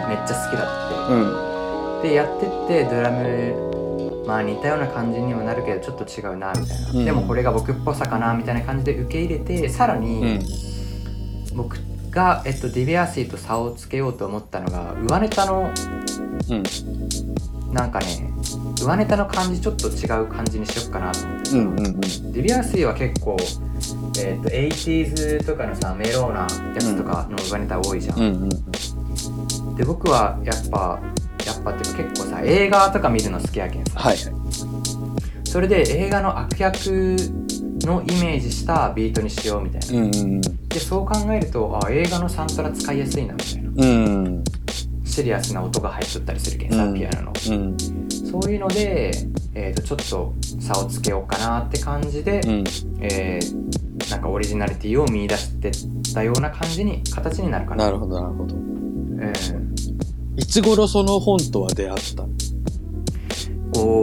[SPEAKER 2] めっちゃ好きだっ
[SPEAKER 1] うんうん
[SPEAKER 2] てでやってってドラムまあ似たような感じにもなるけどちょっと違うなみたいな、
[SPEAKER 1] うん
[SPEAKER 2] でもこれが僕っぽさかなみたいな感じで受け入れてさらに、
[SPEAKER 1] うん
[SPEAKER 2] 僕が、えっと、ディビアシーと差をつけようと思ったのが上ネタの
[SPEAKER 1] うん
[SPEAKER 2] なんかね上ネタの感じちょっと違う感じにしよっかなと思って、
[SPEAKER 1] うんうんうん
[SPEAKER 2] ディビアシーは結構、えっと 80s とかのさメローなやつとかの上ネタ多いじゃん、
[SPEAKER 1] うんうん
[SPEAKER 2] で僕はやっぱやっぱっていうか結構さ映画とか見るの好きやけんさ
[SPEAKER 1] はい
[SPEAKER 2] それで映画の悪役のイメージしたビートにしようみたい
[SPEAKER 1] う
[SPEAKER 2] な
[SPEAKER 1] んうん
[SPEAKER 2] でそう考えるとあ映画のサントラ使いやすいなみたいな
[SPEAKER 1] うん
[SPEAKER 2] シリアスな音が入っとったりするけんさ、
[SPEAKER 1] うん
[SPEAKER 2] ピアノの
[SPEAKER 1] うん
[SPEAKER 2] そういうので、えー、とちょっと差をつけようかなって感じで、
[SPEAKER 1] うん
[SPEAKER 2] えーなんかオリジナリティを見出してったような感じに形になるかな
[SPEAKER 1] なるほどなるほど
[SPEAKER 2] うん、
[SPEAKER 1] いつ頃その本とは出会ったの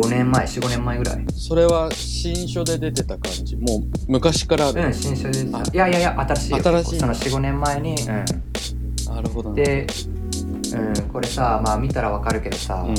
[SPEAKER 2] 5年前45年前ぐらい
[SPEAKER 1] それは新書で出てた感じもう昔からある、
[SPEAKER 2] うん新書です
[SPEAKER 1] あ
[SPEAKER 2] いやいやいや新しいよ
[SPEAKER 1] 新しい
[SPEAKER 2] その45年前に、う
[SPEAKER 1] なるほど
[SPEAKER 2] ん、
[SPEAKER 1] な
[SPEAKER 2] で、うん、これさまあ見たらわかるけどさ、
[SPEAKER 1] うん、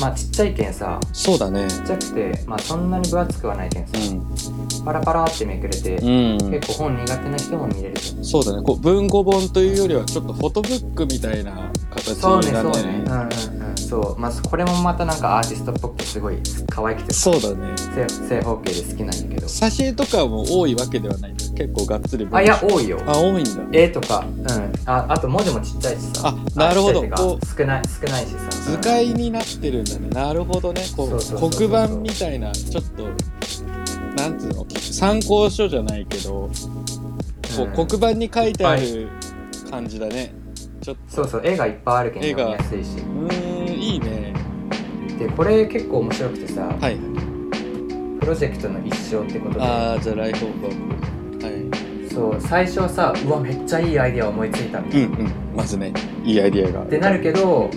[SPEAKER 2] まあちっちゃいけんさ
[SPEAKER 1] そうだね
[SPEAKER 2] ちっちゃくて、まあ、そんなに分厚くはないけんさ、
[SPEAKER 1] う
[SPEAKER 2] パラパラってめくれて、
[SPEAKER 1] ん、うん、
[SPEAKER 2] 結構本苦手な人も見れると思う
[SPEAKER 1] そうだねこう文庫本というよりはちょっとフォトブックみたいな形
[SPEAKER 2] そうね
[SPEAKER 1] にな
[SPEAKER 2] そう
[SPEAKER 1] って
[SPEAKER 2] ね
[SPEAKER 1] ね
[SPEAKER 2] うんうんうんそうまあこれもまたなんかアーティストっぽくてすごい可愛くて
[SPEAKER 1] そうだね
[SPEAKER 2] 正正方形で好きなんだけど
[SPEAKER 1] 挿絵とかも多いわけではない結構がっつり文章
[SPEAKER 2] あいや多いよ
[SPEAKER 1] あ多いんだ
[SPEAKER 2] 絵とかうんああと文字もちっちゃいしさ
[SPEAKER 1] あなるほど
[SPEAKER 2] あちっちゃいっていうか
[SPEAKER 1] こ
[SPEAKER 2] 少ない少ないしさ
[SPEAKER 1] 図解になってるんだねなるほどねこう
[SPEAKER 2] そうそうそうそう
[SPEAKER 1] 黒板みたいなちょっとなんつうの参考書じゃないけどこう
[SPEAKER 2] うん
[SPEAKER 1] 黒板に書いてある感じだね。ちょっ
[SPEAKER 2] そうそう絵がいっぱいあるけん
[SPEAKER 1] 絵が
[SPEAKER 2] 読みやすいし
[SPEAKER 1] とうーんいいね。
[SPEAKER 2] でこれ結構面白くてさ、
[SPEAKER 1] はい。
[SPEAKER 2] プロジェクトの一生ってことで
[SPEAKER 1] ああじゃあライフオブはい。
[SPEAKER 2] そう最初はさうわめっちゃいいアイデア思いついたみたいな
[SPEAKER 1] うんうん。まずねいいアイディアが。
[SPEAKER 2] ってなるけど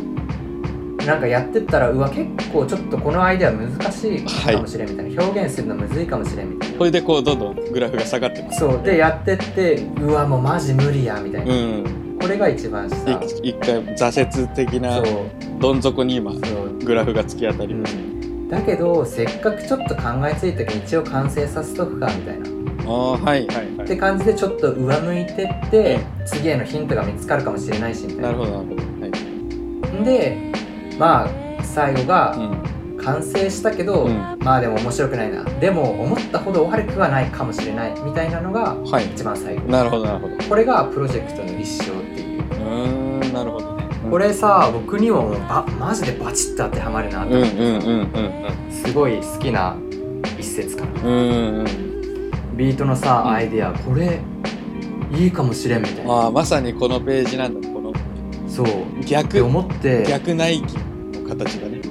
[SPEAKER 2] なんかやってったらうわ結構ちょっとこのアイデア難しいかもしれんみたいな、表現するのむずいかもしれんみたい
[SPEAKER 1] これでこうどんどんグラフが下がってま
[SPEAKER 2] な
[SPEAKER 1] す。
[SPEAKER 2] そうでやってってうわもうマジ無理やみたいうな、
[SPEAKER 1] ん
[SPEAKER 2] これが一番下
[SPEAKER 1] い一回挫折的
[SPEAKER 2] そ
[SPEAKER 1] な
[SPEAKER 2] う
[SPEAKER 1] どん底に今
[SPEAKER 2] そう
[SPEAKER 1] グラフが突き当たりまし、
[SPEAKER 2] だけどせっかくちょっと考えついたけど一応完成させとくかみたいなった
[SPEAKER 1] ああはいはいは
[SPEAKER 2] て
[SPEAKER 1] い
[SPEAKER 2] 感じでちょっと上向いてって次へのヒントが見つかるかもしれないしみた
[SPEAKER 1] ないるほ
[SPEAKER 2] な
[SPEAKER 1] どなるほどはい、
[SPEAKER 2] でまあ最後が完成したけど、
[SPEAKER 1] うん
[SPEAKER 2] まあでも面白くないなでも思ったほど悪くはないかもしれないみたいなのが
[SPEAKER 1] うん、はい
[SPEAKER 2] 一番最後
[SPEAKER 1] なるほどなるほどう
[SPEAKER 2] これがプロジェクトの一生っていう
[SPEAKER 1] ーんなるほどね
[SPEAKER 2] これさ僕にももうばマジでバチッと当てはまるな
[SPEAKER 1] う
[SPEAKER 2] っ
[SPEAKER 1] んうん
[SPEAKER 2] て、
[SPEAKER 1] うんうん
[SPEAKER 2] すごい好きな一節かな
[SPEAKER 1] うんうんうん
[SPEAKER 2] ビートのさ
[SPEAKER 1] うん
[SPEAKER 2] アイデアこれいいかもしれんみたいな
[SPEAKER 1] ああまさにこのページなんだねこの
[SPEAKER 2] そうっ
[SPEAKER 1] 逆
[SPEAKER 2] て思って
[SPEAKER 1] 逆ナイキの形がね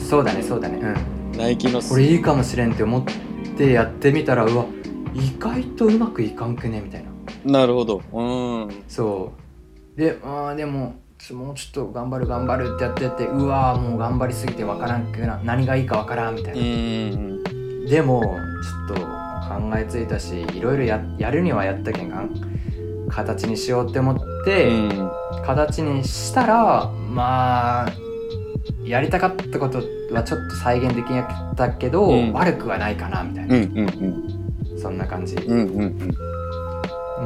[SPEAKER 2] そうだねそうだねうん
[SPEAKER 1] ナイキの
[SPEAKER 2] これいいかもしれんって思ってやってみたらうわ意外とうまくいかんくねみたいな
[SPEAKER 1] なるほどうん
[SPEAKER 2] そうであーでもちょもうちょっと頑張る頑張るってやっててうわーもう頑張りすぎてわからんくな何がいいかわからんみたい
[SPEAKER 1] うんう
[SPEAKER 2] な、
[SPEAKER 1] ん
[SPEAKER 2] でもちょっと考えついたしいろいろややるにはやったけんか形にしようって思って、
[SPEAKER 1] うん
[SPEAKER 2] 形にしたらまあやりたかったことはちょっと再現できなかったけど、
[SPEAKER 1] うん
[SPEAKER 2] 悪くはないかなみたい
[SPEAKER 1] うんう
[SPEAKER 2] な、
[SPEAKER 1] んうん
[SPEAKER 2] そんな感じ
[SPEAKER 1] うんうんうん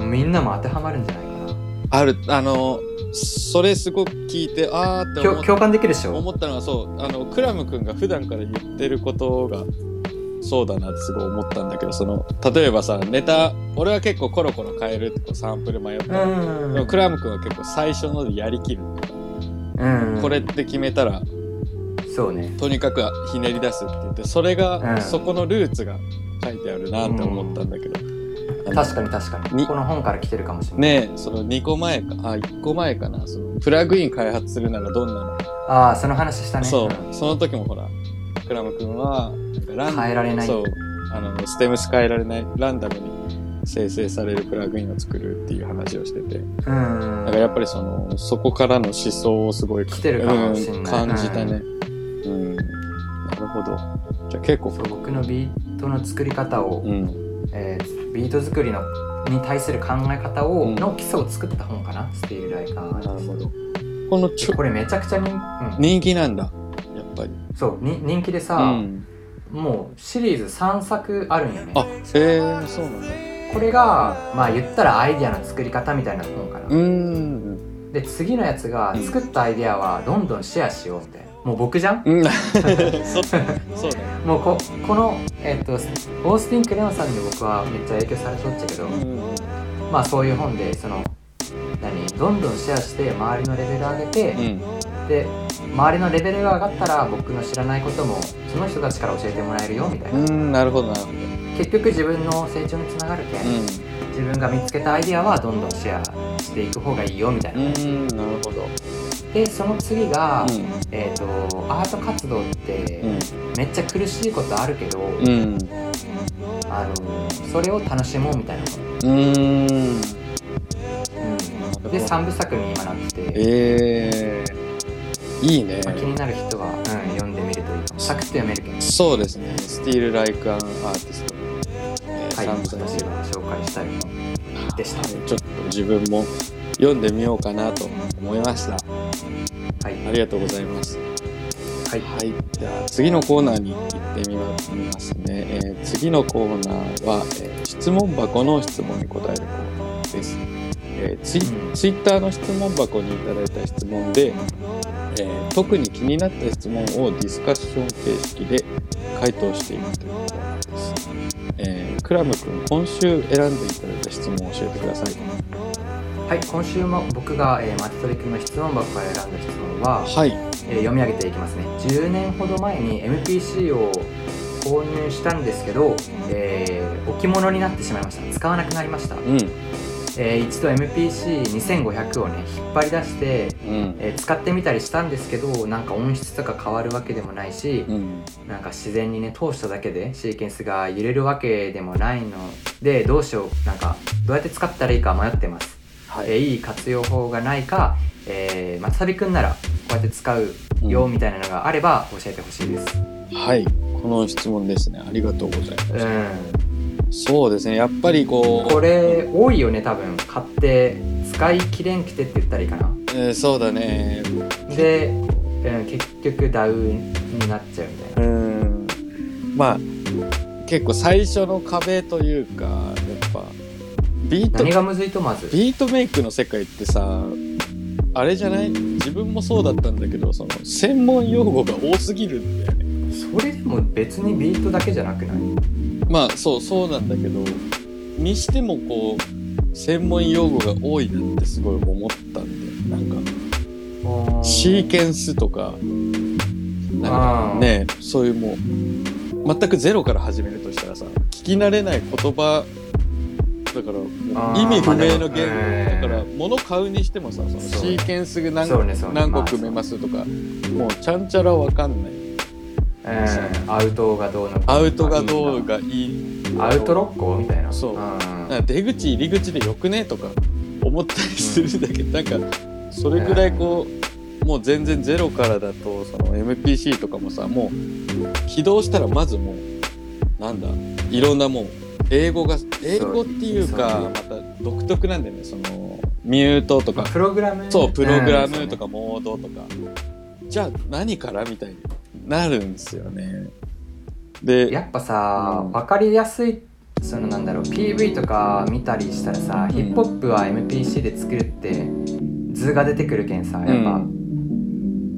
[SPEAKER 2] みんなも当てはまるんじゃないかな
[SPEAKER 1] あるあのそれすごく聞いてあーって
[SPEAKER 2] きょ
[SPEAKER 1] 思っ
[SPEAKER 2] 共感できるでしょ
[SPEAKER 1] 思ったのはそうあのクラム君が普段から言ってることがそうだなってすごい思ったんだけどその例えばさネタ俺は結構コロコロ変えるってこうサンプル迷っ
[SPEAKER 2] う
[SPEAKER 1] た、
[SPEAKER 2] ん
[SPEAKER 1] でもクラム君は結構最初のでやりきる、
[SPEAKER 2] うん
[SPEAKER 1] これって決めたら
[SPEAKER 2] そうね
[SPEAKER 1] とにかくひねり出すって言ってそれが、
[SPEAKER 2] うん
[SPEAKER 1] そこのルーツが書いてあるなって思ったんだけど、あの
[SPEAKER 2] 確かに確かに
[SPEAKER 1] に
[SPEAKER 2] この本から来てるかもしれない、
[SPEAKER 1] ねえその2個前かあ1個前かなそのプラグイン開発するならどんなの
[SPEAKER 2] ああその話したね
[SPEAKER 1] そう、その時もほら、クラム君は、なんかラン
[SPEAKER 2] 変えられない
[SPEAKER 1] そう、あの、ステムス変えられない、ランダムに生成されるプラグインを作るっていう話をしてて、
[SPEAKER 2] うん
[SPEAKER 1] だからやっぱりその、そこからの思想をすごい
[SPEAKER 2] 来てるかもしんない
[SPEAKER 1] うん感じたね。うん、なるほど。じゃあ結構
[SPEAKER 2] そ、う僕のビートの作り方を、
[SPEAKER 1] うん、
[SPEAKER 2] えービート作りのに対する考え方を、
[SPEAKER 1] うん
[SPEAKER 2] の基礎を作った本かなスティールライカー
[SPEAKER 1] なるほど。このちょ、
[SPEAKER 2] これめちゃくちゃ人,、うん
[SPEAKER 1] 人気なんだ、やっぱり。
[SPEAKER 2] そうに人気でさ、
[SPEAKER 1] うん。
[SPEAKER 2] もうシリーズ3作あるんよね
[SPEAKER 1] あ、へえそうなんだ。
[SPEAKER 2] これがまあ言ったらアイデアの作り方みたいな本かな、
[SPEAKER 1] うん。
[SPEAKER 2] で次のやつが
[SPEAKER 1] うん
[SPEAKER 2] 作ったアイデアはどんどんシェアしようみたいなもう僕じゃん
[SPEAKER 1] うん、 そうそうだね。
[SPEAKER 2] もうここの、えっとオースティン・クレオンさんに僕はめっちゃ影響されとっちゃけど、
[SPEAKER 1] うん
[SPEAKER 2] まあそういう本でその何どんどんシェアして周りのレベル上げて、
[SPEAKER 1] うん。
[SPEAKER 2] で周りのレベルが上がったら僕の知らないこともその人たちから教えてもらえるよみたいうな、
[SPEAKER 1] ん、なるほど、なるほど。
[SPEAKER 2] 結局自分の成長につながるけ、ん、
[SPEAKER 1] う
[SPEAKER 2] 自分が見つけたアイデアはどんどんシェアしていく方がいいよみたいな、
[SPEAKER 1] ん、なるほど。
[SPEAKER 2] でその次が、
[SPEAKER 1] う
[SPEAKER 2] えっ、とアート活動って
[SPEAKER 1] ん、
[SPEAKER 2] めっちゃ苦しいことあるけど、
[SPEAKER 1] うん、
[SPEAKER 2] あのそれを楽しもうみたいなこと、
[SPEAKER 1] うん。
[SPEAKER 2] うん、で3部作に今なってて、
[SPEAKER 1] えー、いいね。
[SPEAKER 2] まあ気になる人は、うん、読んでみるといいかも作って読めるけど
[SPEAKER 1] そうですね。スティール・ライク・アン・アーティスト。えー
[SPEAKER 2] はい、
[SPEAKER 1] 三部
[SPEAKER 2] 私
[SPEAKER 1] 作
[SPEAKER 2] が紹介したいものでした。
[SPEAKER 1] ちょっと自分も読んでみようかなと思いました。
[SPEAKER 2] はい、
[SPEAKER 1] ありがとうございます。
[SPEAKER 2] はい、
[SPEAKER 1] はい、じゃあ次のコーナーに行ってみますね。えー次のコーナーは、えー質問箱の質問に答えるコーナーです。えーツイ
[SPEAKER 2] うん
[SPEAKER 1] ツイッターの質問箱にいただいた質問で、えー特に気になった質問をディスカッション形式で回答していくというコーナーです。えークラム君、今週選んでいただいた質問を教えてください。
[SPEAKER 2] はい、今週も僕が、えー、マテトリ君の質問箱から選んだ質問は、
[SPEAKER 1] はい。
[SPEAKER 2] えー読み上げていきますね。10年ほど前に MPC を購入したんですけど、えー置物になってしまいました。使わなくなりました。
[SPEAKER 1] うん。
[SPEAKER 2] えー一度 MPC2500 をね引っ張り出して。
[SPEAKER 1] うん。
[SPEAKER 2] えー使ってみたりしたんですけどなんか音質とか変わるわけでもないし、
[SPEAKER 1] うん。
[SPEAKER 2] なんか自然にね通しただけでシーケンスが揺れるわけでもないのでどうしようなんかどうやって使ったらいいか迷ってます、
[SPEAKER 1] はい
[SPEAKER 2] えーいい活用法がないか、えー、まさびくんならこうやって使うよ
[SPEAKER 1] うん
[SPEAKER 2] みたいなのがあれば教えてほしいです
[SPEAKER 1] はい。この質問ですね。ありがとうございます。
[SPEAKER 2] うん
[SPEAKER 1] そうですねやっぱりこう
[SPEAKER 2] これ多いよね多分買って使い切れんくてって言ったらいいかな
[SPEAKER 1] えーそうだね
[SPEAKER 2] で、うん、結局ダウンになっちゃうみたいな
[SPEAKER 1] うんまあ結構最初の壁というかやっぱビート
[SPEAKER 2] 何がむずいとまず
[SPEAKER 1] ビートメイクの世界ってさあれじゃない自分もそうだったんだけどその専門用語が多すぎるんだよね
[SPEAKER 2] それでも別にビートだけじゃなくない
[SPEAKER 1] まあそうそうなんだけどにしてもこう専門用語が多いなってすごい思ったんだよなんかシーケンスとかなんかねそういうもう全くゼロから始めるとしたらさ聞き慣れない言葉だからもう
[SPEAKER 2] あー
[SPEAKER 1] 意味不明の言
[SPEAKER 2] まあでも
[SPEAKER 1] 語だから物買うにしてもさその
[SPEAKER 2] そう
[SPEAKER 1] シーケンスが何
[SPEAKER 2] そうねそうね
[SPEAKER 1] 何個
[SPEAKER 2] まあ
[SPEAKER 1] 組めますとかもうちゃんちゃらわかんない
[SPEAKER 2] うんアウトがどうの
[SPEAKER 1] アウトがどう
[SPEAKER 2] が
[SPEAKER 1] がいい
[SPEAKER 2] アウトロッコみたいな
[SPEAKER 1] そうんなんか出口入り口でよくねとか思ったりするんだけど、なんかそれぐらいこうもう全然ゼロからだとその MPC とかもさもう起動したらまずもうなんだいろんなもう英語が英語っていう
[SPEAKER 2] そ
[SPEAKER 1] か
[SPEAKER 2] う
[SPEAKER 1] また独特なんだよねそのミュートと
[SPEAKER 2] ま
[SPEAKER 1] か
[SPEAKER 2] あプログラム
[SPEAKER 1] そうプログラ
[SPEAKER 2] うんそう
[SPEAKER 1] ム
[SPEAKER 2] ね
[SPEAKER 1] とかモードとか、じゃあ何からみたいになるんですよねで
[SPEAKER 2] やっぱさ、
[SPEAKER 1] うん
[SPEAKER 2] 分かりやすいそのなんだろう PV とか見たりしたらさ、
[SPEAKER 1] うん
[SPEAKER 2] ヒップホップは MPC で作るって図が出てくるけんさやっぱ、
[SPEAKER 1] うん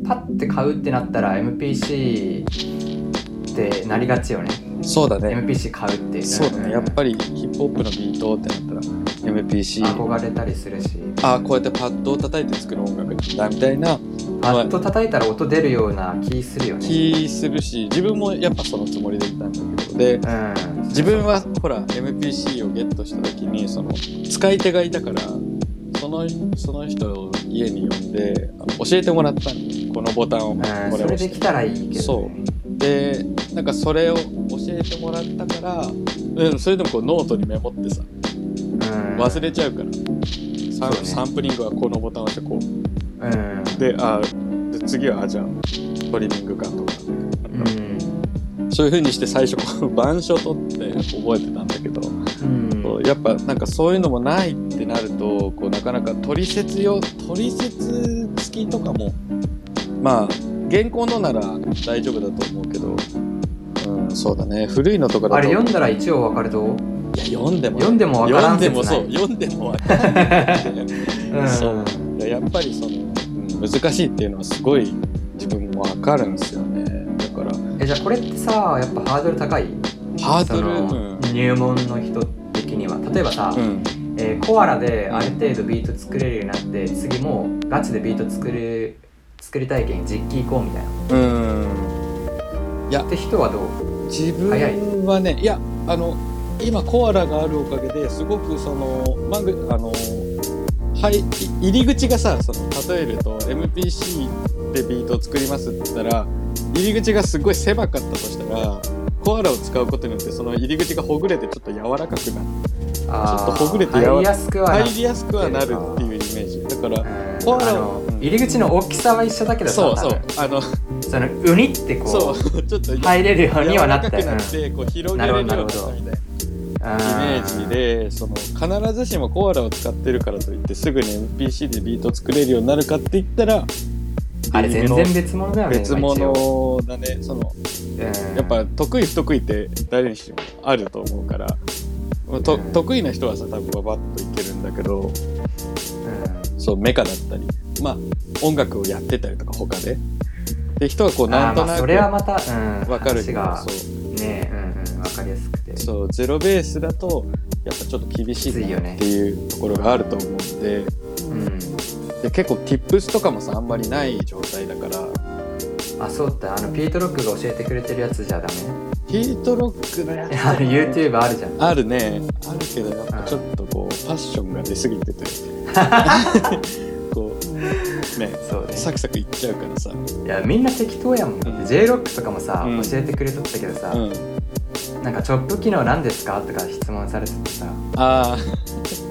[SPEAKER 2] パッて買うってなったら MPC ってなりがちよね
[SPEAKER 1] そうだね
[SPEAKER 2] MPC 買うって
[SPEAKER 1] そうだね、やっぱりヒップホップのビートってなったら MPC
[SPEAKER 2] 憧れたりするし
[SPEAKER 1] あこうやってパッドを叩いて作る音楽だみたいな
[SPEAKER 2] パッと叩いたら音出るような気するよね
[SPEAKER 1] 気するし自分もやっぱそのつもりでいたんだけどで
[SPEAKER 2] うん
[SPEAKER 1] 自分はほら MPC をゲットした時にその使い手がいたからそのその人を家に呼んであの教えてもらったんでこのボタンを
[SPEAKER 2] うん
[SPEAKER 1] これ
[SPEAKER 2] そ
[SPEAKER 1] を
[SPEAKER 2] れ
[SPEAKER 1] 押
[SPEAKER 2] で
[SPEAKER 1] し
[SPEAKER 2] き
[SPEAKER 1] て
[SPEAKER 2] たらいいけど
[SPEAKER 1] そ
[SPEAKER 2] ね、
[SPEAKER 1] でなんかそれを教えてもらったからうんそれでもこうノートにメモってさ
[SPEAKER 2] うん、
[SPEAKER 1] 忘れちゃうから、サン
[SPEAKER 2] そうね
[SPEAKER 1] サンプリングはこのボタンを押してこう
[SPEAKER 2] うん
[SPEAKER 1] であで次はあじゃあトリミングかとか、
[SPEAKER 2] う
[SPEAKER 1] そういう風にして最初こう板書取って覚えてたんだけど、
[SPEAKER 2] んうん
[SPEAKER 1] そうやっぱなんかそういうのもないってなるとこうなかなか取説用取説付きとかもまあ原稿のなら大丈夫だと思うけど、うん、そうだね古いのとかだと
[SPEAKER 2] あれ読んだら一応わかると、
[SPEAKER 1] いや読んでも
[SPEAKER 2] 読んでもわから
[SPEAKER 1] 読
[SPEAKER 2] ん
[SPEAKER 1] んでも
[SPEAKER 2] 説
[SPEAKER 1] そう
[SPEAKER 2] な
[SPEAKER 1] 読んでもわから んそういややっぱりその、うん難しいっていうのはすごい自分もわかるんですよねだから
[SPEAKER 2] えじゃあこれってさやっぱハードル高い
[SPEAKER 1] ハード
[SPEAKER 2] そ
[SPEAKER 1] ル
[SPEAKER 2] の
[SPEAKER 1] うん
[SPEAKER 2] 入門の人的には例えばさ、
[SPEAKER 1] うん
[SPEAKER 2] えーコアラである程度ビート作れるようになって次もうガチでビート作る作りたいけん実機行こうみたいな
[SPEAKER 1] うん
[SPEAKER 2] って人はどう
[SPEAKER 1] 自
[SPEAKER 2] 早
[SPEAKER 1] 分はねいやあの今コアラがあるおかげですごくそのマグあのはい入り口がさその例えると MPC でビートを作りますって言ったら入り口がすごい狭かったとしたらコアラを使うことによってその入り口がほぐれてちょっと柔らかくなる
[SPEAKER 2] あー
[SPEAKER 1] ちょっとほぐれてやわ
[SPEAKER 2] 入りやすくはな
[SPEAKER 1] 入りやすくはなるっていうイメージだから
[SPEAKER 2] うん
[SPEAKER 1] コアラ
[SPEAKER 2] あ
[SPEAKER 1] を
[SPEAKER 2] の入り口の大きさは一緒だけどさ
[SPEAKER 1] そうそ
[SPEAKER 2] 多
[SPEAKER 1] う
[SPEAKER 2] 分
[SPEAKER 1] あの
[SPEAKER 2] そのウニって
[SPEAKER 1] そ
[SPEAKER 2] こう
[SPEAKER 1] うちょっと
[SPEAKER 2] 入れるようにはなった
[SPEAKER 1] 柔らかく
[SPEAKER 2] よ
[SPEAKER 1] なってこう広げ
[SPEAKER 2] な
[SPEAKER 1] れ
[SPEAKER 2] る
[SPEAKER 1] る
[SPEAKER 2] ほ
[SPEAKER 1] よう
[SPEAKER 2] ど
[SPEAKER 1] になった
[SPEAKER 2] なるほど
[SPEAKER 1] みたいなイ
[SPEAKER 2] イ
[SPEAKER 1] メージでその必ずしもコアラを使ってるからといってすぐに MPC でビート作れるようになるかって言ったら
[SPEAKER 2] あれ全然別物だよね
[SPEAKER 1] 別物だねその
[SPEAKER 2] や
[SPEAKER 1] やっぱ得意不得意って誰にしてもあると思うからと得意な人はさ多分ババッといけるんだけどそうメカだったりまあ音楽をやってたりとか他でで人はこうな
[SPEAKER 2] なんん
[SPEAKER 1] と
[SPEAKER 2] とな
[SPEAKER 1] な
[SPEAKER 2] く
[SPEAKER 1] く
[SPEAKER 2] それはまた、うん、
[SPEAKER 1] 分かるけど
[SPEAKER 2] 話が
[SPEAKER 1] そう
[SPEAKER 2] ねうんうん、分かりやすくて
[SPEAKER 1] そうゼロベースだとやっぱちょっと厳しい
[SPEAKER 2] きついよね
[SPEAKER 1] っていうところがあると思うんで
[SPEAKER 2] うん、
[SPEAKER 1] で結構 tips とかもさあんまりない状態だから
[SPEAKER 2] あそうだあのピート・ロックが教えてくれてるやつじゃダメ
[SPEAKER 1] ヒートロックのやつ
[SPEAKER 2] あの YouTube あるじゃん
[SPEAKER 1] あるねあるけどやっぱちょっとこうファッションが出過ぎ ててこうね
[SPEAKER 2] そうね
[SPEAKER 1] サクサクいっちゃうからさ、う
[SPEAKER 2] いやみんな適当やもん、
[SPEAKER 1] ん
[SPEAKER 2] J ロックとかもさ、
[SPEAKER 1] うん
[SPEAKER 2] 教えてくれとったけどさ、
[SPEAKER 1] ん、
[SPEAKER 2] なんかチョップ機能なんですかとか質問されててさ
[SPEAKER 1] あ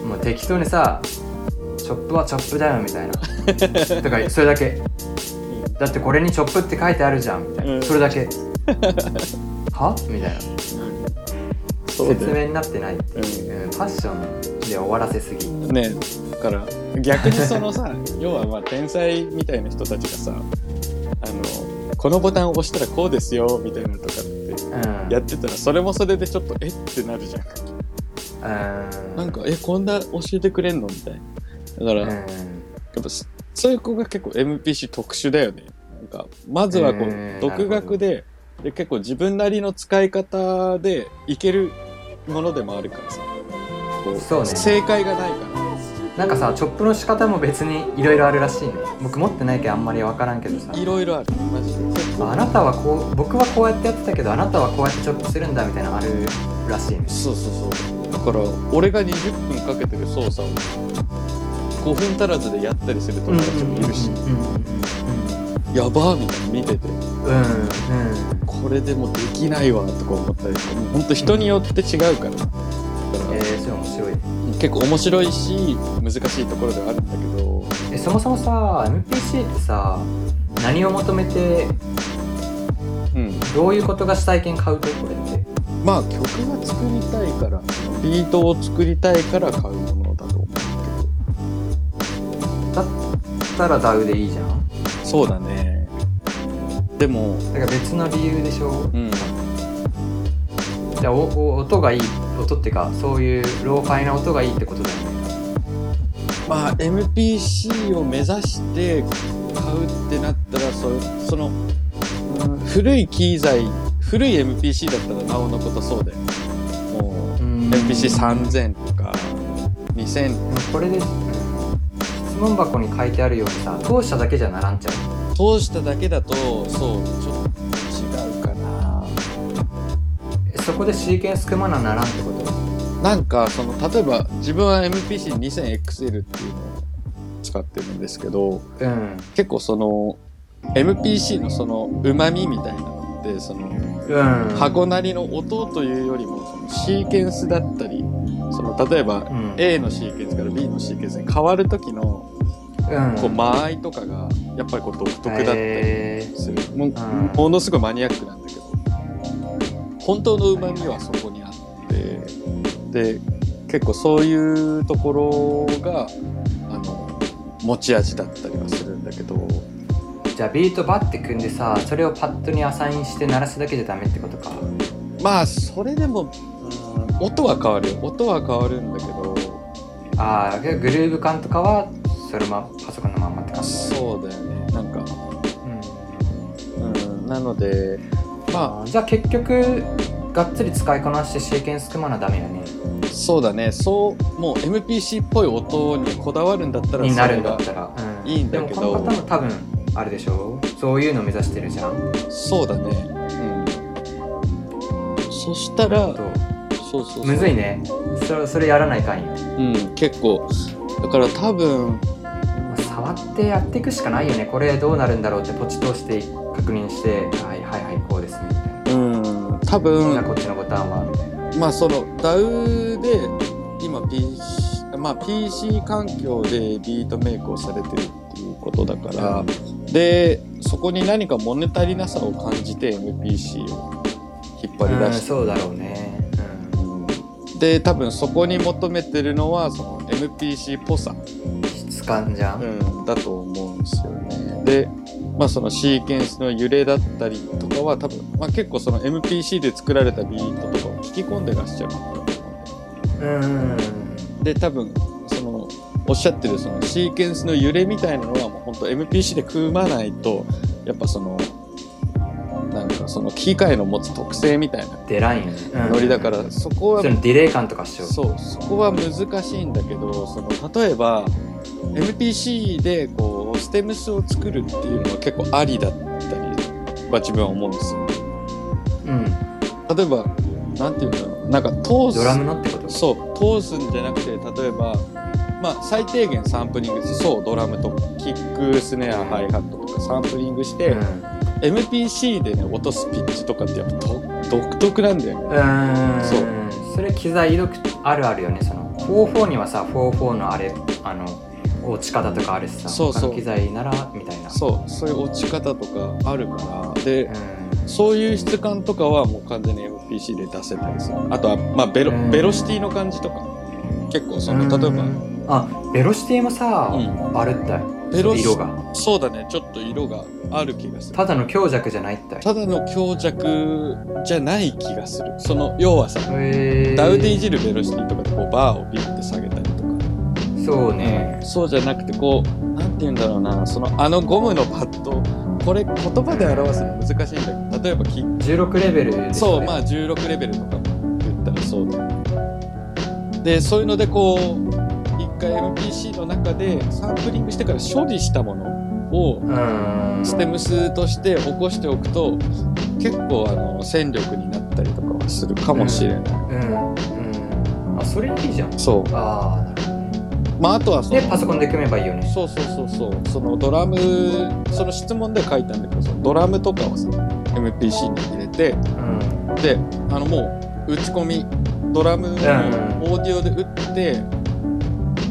[SPEAKER 2] もう適当にさチョップはチョップだよみ たいなとかそれだけだってこれにチョッ プって書いてあるじゃんみたいな、
[SPEAKER 1] うん
[SPEAKER 2] それだけはみたいな
[SPEAKER 1] そう
[SPEAKER 2] 説
[SPEAKER 1] だよ
[SPEAKER 2] 明になってないっていう、うん、ファッションで終わらせすぎ
[SPEAKER 1] ねだから逆にそのさ 要はまあ天才みたいな人たちがさあのこのボタンを押したらこうですよみたいなのとかって
[SPEAKER 2] うん
[SPEAKER 1] やってたらそれもそれでちょっとえってなるじゃん
[SPEAKER 2] うん
[SPEAKER 1] なんかえこんな教えてくれんのみたいなだから、
[SPEAKER 2] うん
[SPEAKER 1] やっぱそそういう子が結構 MPC 特殊だよねなんかまずはこう、
[SPEAKER 2] えー
[SPEAKER 1] 独学でで結構自分なりの使い方でいけるものでもあるからさこ
[SPEAKER 2] そうね
[SPEAKER 1] 正解がないから
[SPEAKER 2] なんかさチョップの仕方も別にいろいろあるらしいね僕持ってないけどあんまり分からんけどさ
[SPEAKER 1] いろいろあるマジで
[SPEAKER 2] あなたはこう僕はこうやってやってたけどあなたはこうやってチョップするんだみたいなのあるらしいね
[SPEAKER 1] そうそうそうだから俺が20分かけてる操作を5分足らずでやったりする友達もいるし、
[SPEAKER 2] うんうん
[SPEAKER 1] やばーみたいに見てて
[SPEAKER 2] うんうん
[SPEAKER 1] これでもできないわとか思ったりしてほんと人によって違うからだから、
[SPEAKER 2] えー、それ面白い
[SPEAKER 1] 結構面白いし難しいところではあるんだけど
[SPEAKER 2] えそもそもさ MPC ってさ何を求めて
[SPEAKER 1] うん
[SPEAKER 2] どういうことがしたい件買うとこれって
[SPEAKER 1] まあ曲が作りたいからビートを作りたいから買うものだと思うんだ
[SPEAKER 2] だったら DAW でいいじゃん
[SPEAKER 1] けどそうだねでも
[SPEAKER 2] だから別の理由でしょ
[SPEAKER 1] うん
[SPEAKER 2] じゃあおお音がいい音っていうかそういうローファイな音がいいってことだよね
[SPEAKER 1] まあ MPC を目指して買うってなったらそその、うん古い機材古い MPC だったらなおのことそうだよもう MPC3000 とか2000
[SPEAKER 2] でもこれで、うん質問箱に書いてあるようにさ当社だけじゃならんちゃう
[SPEAKER 1] 通しただけだとそうちょっと違うかな
[SPEAKER 2] えそこでシーケンス組まなならんってこと
[SPEAKER 1] なんかその例えば自分は MPC2000XL っていうのを使ってるんですけど
[SPEAKER 2] うん
[SPEAKER 1] 結構その MPC のそのうまみみたいなのってその
[SPEAKER 2] うん
[SPEAKER 1] 箱なりの音というよりもそのシーケンスだったりその例えば
[SPEAKER 2] うん
[SPEAKER 1] A のシーケンスから B のシーケンスに変わる時の
[SPEAKER 2] うん
[SPEAKER 1] こう間合いとかがやっぱりこう独特だったり
[SPEAKER 2] えー
[SPEAKER 1] するもう
[SPEAKER 2] うん
[SPEAKER 1] ものすごいマニアックなんだけど本当のうまみはそこにあってで結構そういうところがあの持ち味だったりはするんだけど
[SPEAKER 2] じゃあビートバッて組んでさそれをパッドにアサインして鳴らすだけじゃダメってことか
[SPEAKER 1] まあそれでも、うん音は変わるよ音は変わるんだけど
[SPEAKER 2] ああグルーブ感とかはそれもパソコンのまんまって感じ
[SPEAKER 1] そうだよねなんかうんなのでま
[SPEAKER 2] あじゃあ結局がっつり使いこなしてシーケンス組まなダメよね
[SPEAKER 1] あそうだねそうもう MPC っぽい音にこだわるんだったら
[SPEAKER 2] に
[SPEAKER 1] そ
[SPEAKER 2] なる
[SPEAKER 1] れ
[SPEAKER 2] んだ
[SPEAKER 1] が
[SPEAKER 2] ったら、うん、
[SPEAKER 1] いいんだけど
[SPEAKER 2] でもこの方も多分あれでしょそういうの目指してるじゃん
[SPEAKER 1] そうだねうんそしたら
[SPEAKER 2] と
[SPEAKER 1] そうそうそう
[SPEAKER 2] むずいねそれそれやらないかんよ
[SPEAKER 1] うん結構だから多分
[SPEAKER 2] 触ってやっていくしかないよねこれどうなるんだろうってポチ通して確認してはいはいはいこうですねみたいな
[SPEAKER 1] うん多
[SPEAKER 2] じゃあ
[SPEAKER 1] 分
[SPEAKER 2] こっちのボタンはみたいな
[SPEAKER 1] まあその DAW で今 PC まあ PC 環境でビートメイクをされてるっていうことだから、でそこに何か物足りなさを感じて MPC を引っ張り
[SPEAKER 2] うん
[SPEAKER 1] 出して、
[SPEAKER 2] そうだろうね
[SPEAKER 1] で多分そこに求めてるのはその MPC っぽさ、
[SPEAKER 2] うん質感じゃん、
[SPEAKER 1] だと思うんですよねでまあそのシーケンスの揺れだったりとかは多分、まあ、結構その MPC で作られたビートとかを聞き込んでらっしゃるんだと思うんで
[SPEAKER 2] うん
[SPEAKER 1] で多分そのおっしゃってるそのシーケンスの揺れみたいなのはもう本当 MPC で組まないとやっぱそのなんかその機械の持つ特性みたい
[SPEAKER 2] 出らんよね、
[SPEAKER 1] なノリだから、そこは
[SPEAKER 2] そのディレイ感とかっしょ
[SPEAKER 1] そうそこは難しいんだけどその例えば MPC でこうステムスを作るっていうのは結構ありだったりは自分は思うんですよ
[SPEAKER 2] うん
[SPEAKER 1] 例えばなんていうんだろうなんか通す
[SPEAKER 2] ドラムのってこと
[SPEAKER 1] そう通すんじゃなくて例えば、まあ、最低限サンプリングしてそうドラムとかキックスネアハイハットとかサンプリングして、
[SPEAKER 2] うん、
[SPEAKER 1] MPC でね落とすピッチとかってやっぱと独特なんだよね。
[SPEAKER 2] うん
[SPEAKER 1] そ
[SPEAKER 2] それ機材独あるあるよねその44にはさ44のあれあの落ち方とかあるしさ
[SPEAKER 1] そうそう
[SPEAKER 2] 他の機材ならみたいな
[SPEAKER 1] そうそういう落ち方とかあるからで
[SPEAKER 2] うん
[SPEAKER 1] そういう質感とかはもう完全に MPC で出せたりするあとは、まあ、ベロ
[SPEAKER 2] うん
[SPEAKER 1] ベロシティの感じとか結構その例えば、
[SPEAKER 2] うんあベロシティもさ、
[SPEAKER 1] うん
[SPEAKER 2] あるったい
[SPEAKER 1] ベロシ
[SPEAKER 2] 色が
[SPEAKER 1] そうだねちょっと色がある気がする
[SPEAKER 2] ただの強弱じゃないったい
[SPEAKER 1] ただの強弱じゃない気がするその要はさ
[SPEAKER 2] へー
[SPEAKER 1] ダウでいじるベロシティとかでこうバーをビュって下げたりとか
[SPEAKER 2] そうね
[SPEAKER 1] そうじゃなくてこうなんて言うんだろうなそのあのゴムのパッドこれ言葉で表すの難しいんだけど例えばキッ
[SPEAKER 2] 16レベルで
[SPEAKER 1] そうま
[SPEAKER 2] あ
[SPEAKER 1] あ16レベルとかも言ったらそうだねでそういうのでこう一回 MPC の中でサンプリングしてから処理したものを
[SPEAKER 2] うん
[SPEAKER 1] ステムスとして起こしておくと結構あの戦力になったりとかはするかもしれない、
[SPEAKER 2] うんうんあそれいいじゃん
[SPEAKER 1] そう
[SPEAKER 2] ああなるほどね
[SPEAKER 1] まああとはその
[SPEAKER 2] でパソコンで組めばいいよね
[SPEAKER 1] そうそうそうそうそのドラムその質問で書いたんだけどそのドラムとかをさ MPC に入れて
[SPEAKER 2] うん
[SPEAKER 1] であのもう打ち込みドラムをオーディオで打って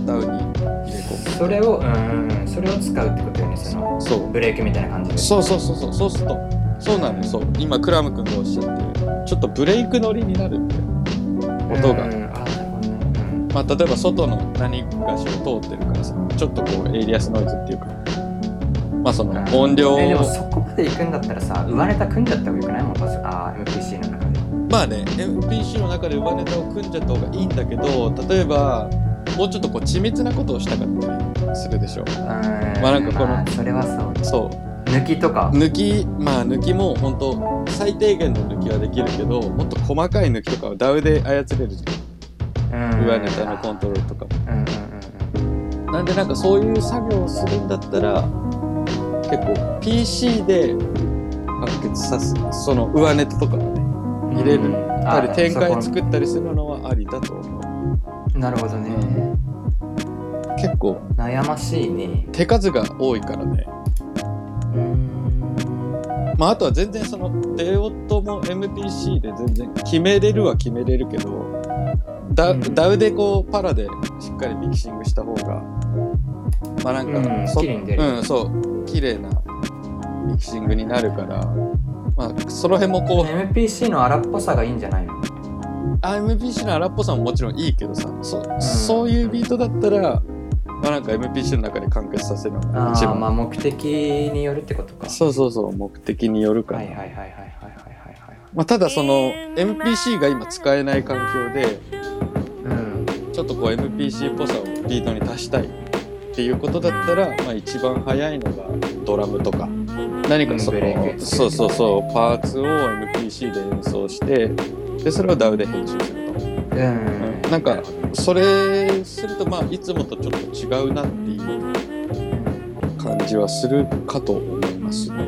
[SPEAKER 1] ダウンに入れ込
[SPEAKER 2] それをうんうんそれを使うってことよねその
[SPEAKER 1] むそう
[SPEAKER 2] ブレーキみたいな感じで
[SPEAKER 1] そうそうそうそうそうするとそうなのよそう今クラム君がおっしゃってるちょっとブレイク乗りになるんだよ音が
[SPEAKER 2] うんうんあなるほどねうん
[SPEAKER 1] まあ、例えば外の何かしら通ってるからさちょっとこうエイリアスノイズっていうかまあその音量を
[SPEAKER 2] えでもそこまで行くんだったらさ上ネタ組んじゃった方がよくないもんパソあー MPC の中で
[SPEAKER 1] まあね MPC の中で上ネタを組んじゃった方がいいんだけど例えばもうちょっとこう緻密なことをしたかったりするでしょ
[SPEAKER 2] うん
[SPEAKER 1] まあなんかこの
[SPEAKER 2] まあそれはそ
[SPEAKER 1] そ
[SPEAKER 2] う
[SPEAKER 1] う
[SPEAKER 2] 抜きとか
[SPEAKER 1] 抜きまあ抜きも本当最低限の抜きはできるけどもっと細かい抜きとかは DAW で操れるじゃん上ネタのコントロールとかも
[SPEAKER 2] うんうんうん
[SPEAKER 1] なんでなんかそういう作業をするんだったら結構 PC で完結さすその上ネタとかがね
[SPEAKER 2] うん
[SPEAKER 1] 入れる
[SPEAKER 2] うん
[SPEAKER 1] や
[SPEAKER 2] あ
[SPEAKER 1] っぱり展開
[SPEAKER 2] そ
[SPEAKER 1] 作ったりするのはありだと思う
[SPEAKER 2] こなるほどね
[SPEAKER 1] 結構
[SPEAKER 2] 悩ましいね
[SPEAKER 1] 手数が多いからね
[SPEAKER 2] うん
[SPEAKER 1] まああとは全然そのデオットも MPC で全然決めれるは決めれるけどダ,、
[SPEAKER 2] うん
[SPEAKER 1] ダウでこうパラでしっかりミキシングした方がまあなんか、
[SPEAKER 2] うん
[SPEAKER 1] そ
[SPEAKER 2] 綺麗に出る
[SPEAKER 1] うんそう綺麗なミキシングになるからまあその辺もこう
[SPEAKER 2] MPC の荒っぽさがいいんじゃないの
[SPEAKER 1] MPC の荒っぽさももちろんいいけどさそ,、うそういうビートだったらまあなんか MPC の中で完結させるのが
[SPEAKER 2] あ
[SPEAKER 1] 一
[SPEAKER 2] ー
[SPEAKER 1] 番
[SPEAKER 2] まあ目的によるってことか
[SPEAKER 1] そうそうそう目的によるから、
[SPEAKER 2] はいはいはいはいはいはいはい
[SPEAKER 1] まあ、ただその MPC が今使えない環境で
[SPEAKER 2] うん
[SPEAKER 1] ちょっとこう MPC っぽさをビートに足したいっていうことだったら、まあ、一番早いのがドラムとか何かそ
[SPEAKER 2] うんブレー
[SPEAKER 1] の
[SPEAKER 2] キ
[SPEAKER 1] そうそうそうパーツを MPC で演奏してでそれを DAW で編集すると
[SPEAKER 2] うん
[SPEAKER 1] なんかそれするとまあいつもとちょっと違うなっていう感じはするかと思います
[SPEAKER 2] うん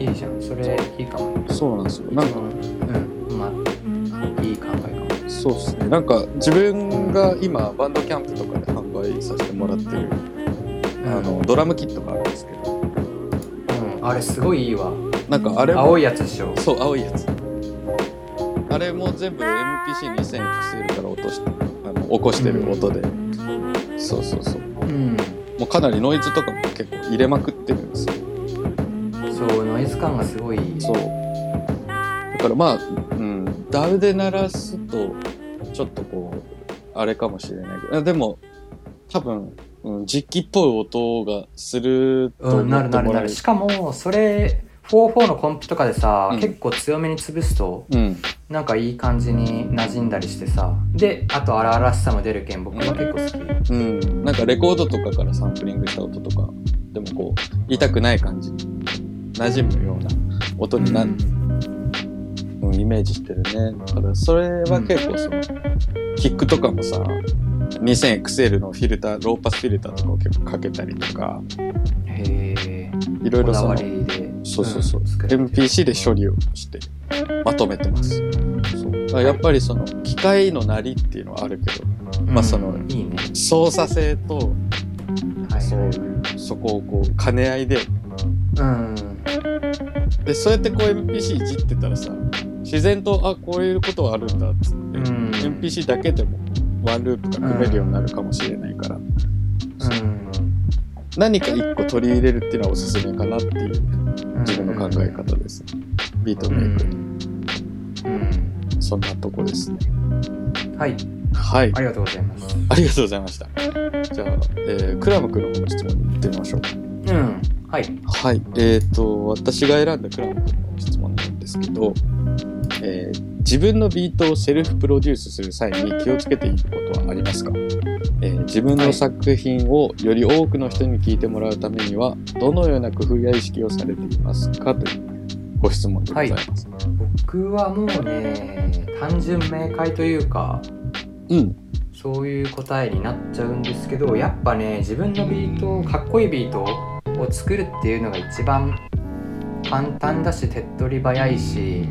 [SPEAKER 2] いいじゃんそれいいかも
[SPEAKER 1] そうなんですよなんか
[SPEAKER 2] うんまあいい考えかも
[SPEAKER 1] そうですねなんか自分が今バンドキャンプとかで販売させてもらってるあのドラムキットがあるんですけど
[SPEAKER 2] うんあれすごいいいわ
[SPEAKER 1] なんかあれも
[SPEAKER 2] 青いやつでしょ
[SPEAKER 1] そう青いやつあれも全部 MPC2000XL から落としてあの起こしてる音で、そうそうそう
[SPEAKER 2] うん
[SPEAKER 1] もうかなりノイズとかも結構入れまくってるんですよ
[SPEAKER 2] そうノイズ感がすごい
[SPEAKER 1] そうだからまあうんダウで鳴らすとちょっとこうあれかもしれないけどあでも多分、うん、実機っぽい音がすると
[SPEAKER 2] うんな
[SPEAKER 1] 思
[SPEAKER 2] る
[SPEAKER 1] って
[SPEAKER 2] な
[SPEAKER 1] も
[SPEAKER 2] る
[SPEAKER 1] ら
[SPEAKER 2] な
[SPEAKER 1] え
[SPEAKER 2] る
[SPEAKER 1] る
[SPEAKER 2] しかもそれ44のコンプとかでさ、
[SPEAKER 1] うん
[SPEAKER 2] 結構強めに潰すと
[SPEAKER 1] うん
[SPEAKER 2] なんかいい感じに馴染んだりしてさであと荒々しさも出るけん僕も結構好き
[SPEAKER 1] うん、なんかレコードとかからサンプリングした音とかでもこう痛くない感じ馴染むような音になる、うんイメージしてるねだからそれは結構その、キックとかもさ 2000XL のフィルターローパスフィルターとかを結構かけたりとか
[SPEAKER 2] へえ
[SPEAKER 1] いろい
[SPEAKER 2] こ
[SPEAKER 1] ろ
[SPEAKER 2] だ
[SPEAKER 1] そ
[SPEAKER 2] わ
[SPEAKER 1] の
[SPEAKER 2] りで
[SPEAKER 1] そうそうそうん
[SPEAKER 2] 作られてる
[SPEAKER 1] MPC で処理をしてまとめてますそうだからやっぱりその機械の鳴りっていうのはあるけどまあその
[SPEAKER 2] うんいいね
[SPEAKER 1] 操作性と
[SPEAKER 2] はい
[SPEAKER 1] そうそこをこう兼ね合いで
[SPEAKER 2] うん
[SPEAKER 1] でそうやってこう MPC いじってたらさ自然とあこういうことはあるんだっつって、
[SPEAKER 2] うん
[SPEAKER 1] MPC だけでもワンループが組めるようになるかもしれないから、
[SPEAKER 2] うん
[SPEAKER 1] 何か一個取り入れるっていうのはおすすめかなっていう自分の考え方です、ビート
[SPEAKER 2] う
[SPEAKER 1] メイク、
[SPEAKER 2] ん、うん
[SPEAKER 1] そんなとこですね
[SPEAKER 2] はい
[SPEAKER 1] はい
[SPEAKER 2] ありがとうございます
[SPEAKER 1] ありがとうございましたじゃあ、えークラム君の方の質問に行ってみましょう
[SPEAKER 2] うんはい
[SPEAKER 1] はい、えー、と私が選んだクラム君の質問なんですけど、えー自分のビートをセルフプロデュースする際に気をつけていることはありますか、えー自分の作品をより多くの人に聞いてもらうためにはどのような工夫や意識をされていますかというご質問でございます。
[SPEAKER 2] 僕はもうね単純明快というか
[SPEAKER 1] うん、
[SPEAKER 2] そういう答えになっちゃうんですけどやっぱね自分のビートをかっこいいビートを作るっていうのが一番簡単だし手っ取り早いし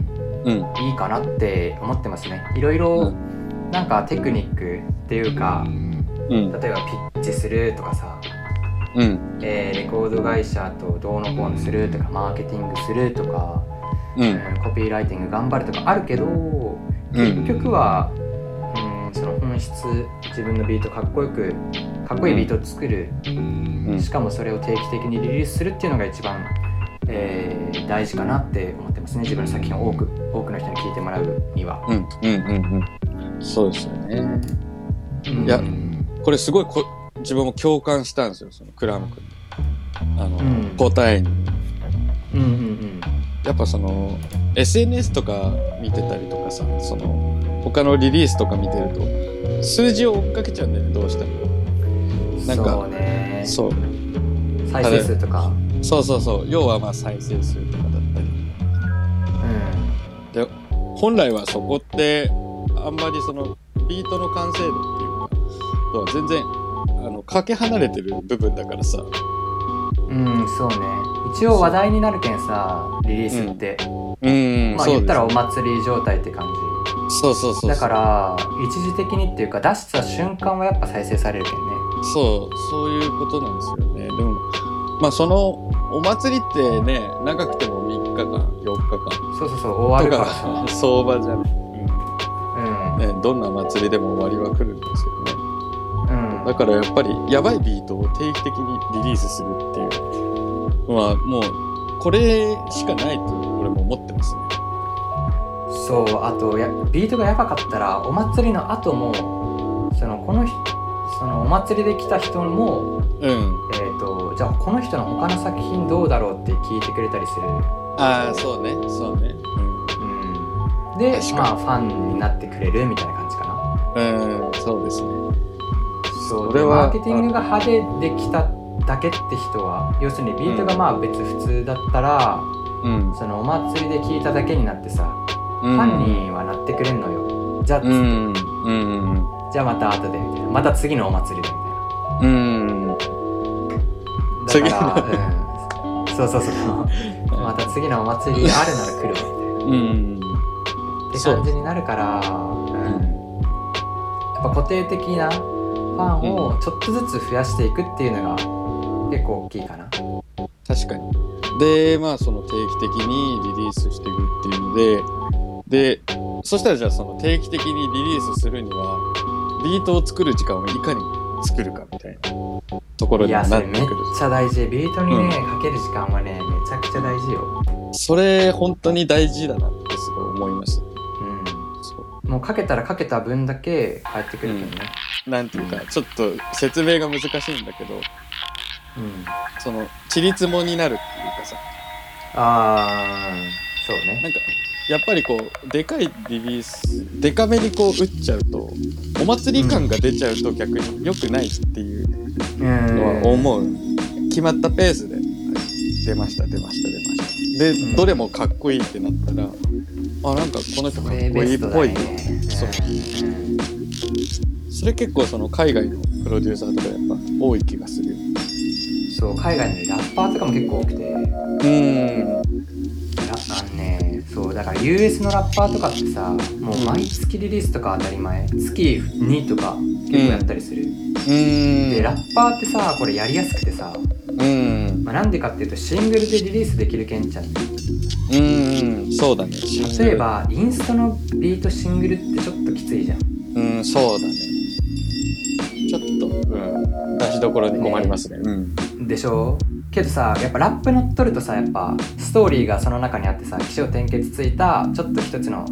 [SPEAKER 1] うん、
[SPEAKER 2] いいかなって思ってますねいろいろなんかテクニックっていうか
[SPEAKER 1] うん、
[SPEAKER 2] 例えばピッチするとかさ、
[SPEAKER 1] うん、
[SPEAKER 2] えーレコード会社とどうのこうのするとかマーケティングするとか、
[SPEAKER 1] う、
[SPEAKER 2] うんんコピーライティング頑張るとかあるけど
[SPEAKER 1] うん
[SPEAKER 2] 結、局は、うん、その本質自分のビートかっこよくかっこいいビートを作る、
[SPEAKER 1] うん
[SPEAKER 2] しかもそれを定期的にリリースするっていうのが一番、えー大事かなって思ってますね自分の作品を多く多くの人に聞いてもらうには。
[SPEAKER 1] うん、うん、うん、そうですよね。
[SPEAKER 2] うん
[SPEAKER 1] いやこれすごいこ自分も共感したんですよ、そのクラム君。あの、
[SPEAKER 2] うん
[SPEAKER 1] 答えに。
[SPEAKER 2] うんうん
[SPEAKER 1] やっぱその SNS とか見てたりとかさその他のリリースとか見てると数字を追っかけちゃうんだよねどうしても
[SPEAKER 2] うん、
[SPEAKER 1] なんか
[SPEAKER 2] そうね
[SPEAKER 1] そう
[SPEAKER 2] 再生数とか、
[SPEAKER 1] そうそうそう要はまあ再生数とかだったり
[SPEAKER 2] う
[SPEAKER 1] 本来はそこってあんまりそのビートの完成度っていうかとは全然あのかけ離れてる部分だからさ
[SPEAKER 2] ん、うん、そうね一応話題になるけんさリリースって、
[SPEAKER 1] うん
[SPEAKER 2] まあ
[SPEAKER 1] そう
[SPEAKER 2] 言っ
[SPEAKER 1] で
[SPEAKER 2] た
[SPEAKER 1] す
[SPEAKER 2] らお祭り状態って感じ
[SPEAKER 1] そうそうそうそう
[SPEAKER 2] だから一時的にっていうか出した瞬間はやっぱ再生されるけんね
[SPEAKER 1] そうそういうことなんですよねでもまあそのお祭りってね長くても3日間4日間
[SPEAKER 2] そうそうそう終わるからさ
[SPEAKER 1] とか相場じゃね、
[SPEAKER 2] うん
[SPEAKER 1] どんな祭りでも終わりは来るんですよね
[SPEAKER 2] うん
[SPEAKER 1] だからやっぱりやばいビートを定期的にリリースするっていうのはもうこれしかないと俺も思ってますね
[SPEAKER 2] そうあとやビートがやばかったらお祭りの後もそのこのひそのお祭りで来た人も、
[SPEAKER 1] うん
[SPEAKER 2] えー、とじゃあこの人の他の作品どうだろうって聞いてくれたりする、
[SPEAKER 1] ああそうねそうね
[SPEAKER 2] うん、で
[SPEAKER 1] 確かに
[SPEAKER 2] まあファンになってくれるみたいな感じかな
[SPEAKER 1] うん、うん、そうですね
[SPEAKER 2] そう
[SPEAKER 1] そ
[SPEAKER 2] で
[SPEAKER 1] れは
[SPEAKER 2] マーケティングが派手できただけって人は要するにビートがまあ別普通だったら、
[SPEAKER 1] うん、
[SPEAKER 2] そのお祭りで聞いただけになってさ、
[SPEAKER 1] うん、
[SPEAKER 2] ファンにはなってくれんのよじゃあ、
[SPEAKER 1] うんうん
[SPEAKER 2] じゃあまた後でみたいなまた次のお祭りでみたいな
[SPEAKER 1] うん
[SPEAKER 2] だから、うん、そうそうそう また次のお祭りあるなら来るわみたい
[SPEAKER 1] う
[SPEAKER 2] な
[SPEAKER 1] ん
[SPEAKER 2] って感じになるから、うん、やっぱ固定的なファンをちょっとずつ増やしていくっていうのが結構大きいかな
[SPEAKER 1] 確かにでまあその定期的にリリースしていくっていうのででそしたらじゃあその定期的にリリースするにはビートを作る時間をいかに作るかみたいなところ
[SPEAKER 2] い
[SPEAKER 1] には
[SPEAKER 2] や
[SPEAKER 1] な
[SPEAKER 2] そ
[SPEAKER 1] っ
[SPEAKER 2] れ
[SPEAKER 1] てく
[SPEAKER 2] めっ
[SPEAKER 1] る
[SPEAKER 2] ちゃ大事ビートにね、
[SPEAKER 1] うん
[SPEAKER 2] かける時間はねめちゃくちゃ大事よ、
[SPEAKER 1] それ本当に大事だなってすごい思いましたそ
[SPEAKER 2] うん、もうかけたらかけた分だけ返ってくるけどね、
[SPEAKER 1] うなんていうかちょっと説明が難しいんだけど
[SPEAKER 2] うん
[SPEAKER 1] そのちりつもになるっていうかさ
[SPEAKER 2] ああそう
[SPEAKER 1] な
[SPEAKER 2] ね
[SPEAKER 1] んかやっぱりこうでかいリリースでかめにこう打っちゃうとお祭り感が出ちゃうと逆に良くないっていう
[SPEAKER 2] うん
[SPEAKER 1] のは思う決まったペースで出ました出ました出ましたで、
[SPEAKER 2] うん
[SPEAKER 1] どれもかっこいいってなったらあなんかこの人かっこいいっぽい、そう
[SPEAKER 2] そう、うん
[SPEAKER 1] それ結構その海外のプロデューサーとかやっぱ多い気がする
[SPEAKER 2] そう海外のねラッパーとかも結構多くてラ
[SPEAKER 1] うん
[SPEAKER 2] あのねそうだから US のラッパーとかってさもう毎月リリースとか当たり前月2とか結構やったりする、
[SPEAKER 1] うん
[SPEAKER 2] でラッパーってさこれやりやすくてさ、
[SPEAKER 1] うん
[SPEAKER 2] まあ、なんでかっていうとシングルでリリースできるけんちゃん
[SPEAKER 1] うんそうだね
[SPEAKER 2] 例えばインストのビートシングルってちょっときついじゃん
[SPEAKER 1] うん、そうだね。ちょっと、うん、出しどころに困りますね。うん。
[SPEAKER 2] でしょうけどさやっぱラップ乗っ取るとさやっぱストーリーがその中にあってさ起承転結ついたちょっと一つの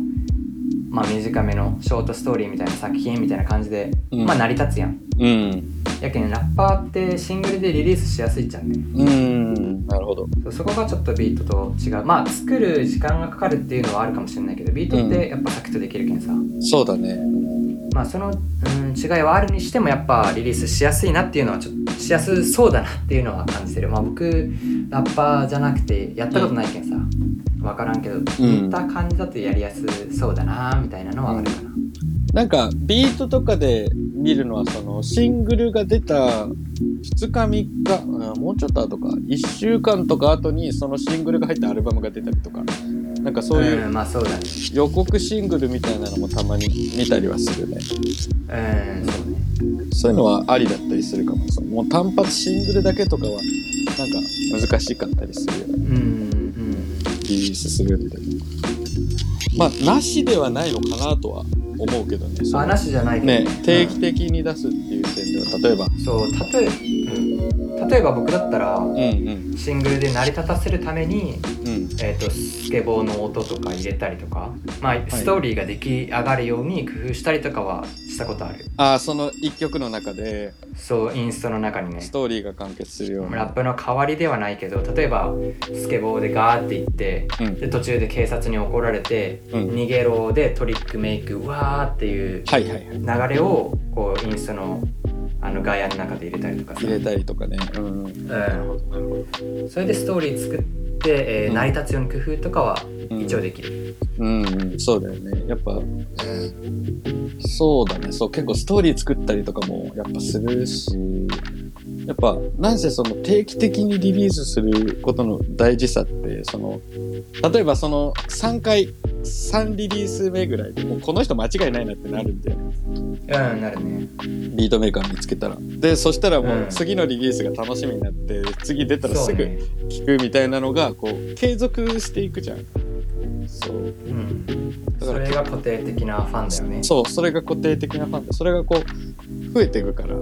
[SPEAKER 2] まあ短めのショートストーリーみたいな作品みたいな感じで、
[SPEAKER 1] うん
[SPEAKER 2] まあ成り立つやん
[SPEAKER 1] うん
[SPEAKER 2] やけんラッパーってシングルでリリースしやすいっちゃうね
[SPEAKER 1] うんなるほど
[SPEAKER 2] そうそこがちょっとビートと違うまあ作る時間がかかるっていうのはあるかもしれないけどビートってやっぱサクッとできるけんさ、
[SPEAKER 1] そうだね
[SPEAKER 2] まあその、うん、違いはあるにしてもやっぱリリースしやすいなっていうのはちょっとしやすそうだなっていうのは感じてるまあ僕ラッパーじゃなくてやったことないけんさ、分からんけど言った感じだとやりやすそうだなみたいなのはあるかな、
[SPEAKER 1] なんかビートとかで見るのはそのシングルが出た2日3日うんもうちょっと後か1週間とか後にそのシングルが入ったアルバムが出たりとかなんかそういううん
[SPEAKER 2] まあそうだね
[SPEAKER 1] 予告シングルみたいなのもたまに見たりはするね
[SPEAKER 2] うんそうね
[SPEAKER 1] そういうのはありだったりするかもそのもう単発シングルだけとかはなんか難しかったりするよね
[SPEAKER 2] うんうん
[SPEAKER 1] リリースするんでまあなしではないのかなとは思うけどねその
[SPEAKER 2] あなしじゃないけど
[SPEAKER 1] ね定期
[SPEAKER 2] うん
[SPEAKER 1] 的に出すっていう点では例えば
[SPEAKER 2] そう例え,、うん、例えば僕だったら
[SPEAKER 1] うんうん
[SPEAKER 2] シングルで成り立たせるために、
[SPEAKER 1] うん
[SPEAKER 2] えー、とスケボーの音とか入れたりとか、まあ、ストーリーが出来上がるように工夫したりとかはしたことある、
[SPEAKER 1] ああその一曲の中で
[SPEAKER 2] そうインストの中にね
[SPEAKER 1] ストーリーが完結するよう
[SPEAKER 2] ラッ
[SPEAKER 1] な、
[SPEAKER 2] プの代わりではないけど例えばスケボーでガーって行って
[SPEAKER 1] うん、
[SPEAKER 2] で途中で警察に怒られて、
[SPEAKER 1] うん
[SPEAKER 2] 逃げろでトリックメイクわーっていう
[SPEAKER 1] はいはいはい
[SPEAKER 2] 流れをこうインストのあのガヤの中で入れたりとかさ
[SPEAKER 1] 入れたりとかね、うん
[SPEAKER 2] うん、それでストーリー作って、えー
[SPEAKER 1] うん
[SPEAKER 2] 成り立つように工夫とかは
[SPEAKER 1] うん、
[SPEAKER 2] 一応できる、
[SPEAKER 1] うんうんそうだよねやっぱそうだねそう結構ストーリー作ったりとかもやっぱするしやっぱなんせその定期的にリリースすることの大事さってその例えばその3回3リリース目ぐらいでもうこの人間違いないなってなるんで
[SPEAKER 2] うん、なるね
[SPEAKER 1] ビートメーカー見つけたらでそしたらも
[SPEAKER 2] う
[SPEAKER 1] うん次のリリースが楽しみになって次出たら
[SPEAKER 2] そ
[SPEAKER 1] す
[SPEAKER 2] う
[SPEAKER 1] ぐ
[SPEAKER 2] ね、
[SPEAKER 1] 聞くみたいなのがこう継続していくじゃんそう
[SPEAKER 2] うん、
[SPEAKER 1] だか
[SPEAKER 2] そ
[SPEAKER 1] ら
[SPEAKER 2] れが固定的なファンだよね
[SPEAKER 1] そうそれが固定的なファンでそれがこう増えていくから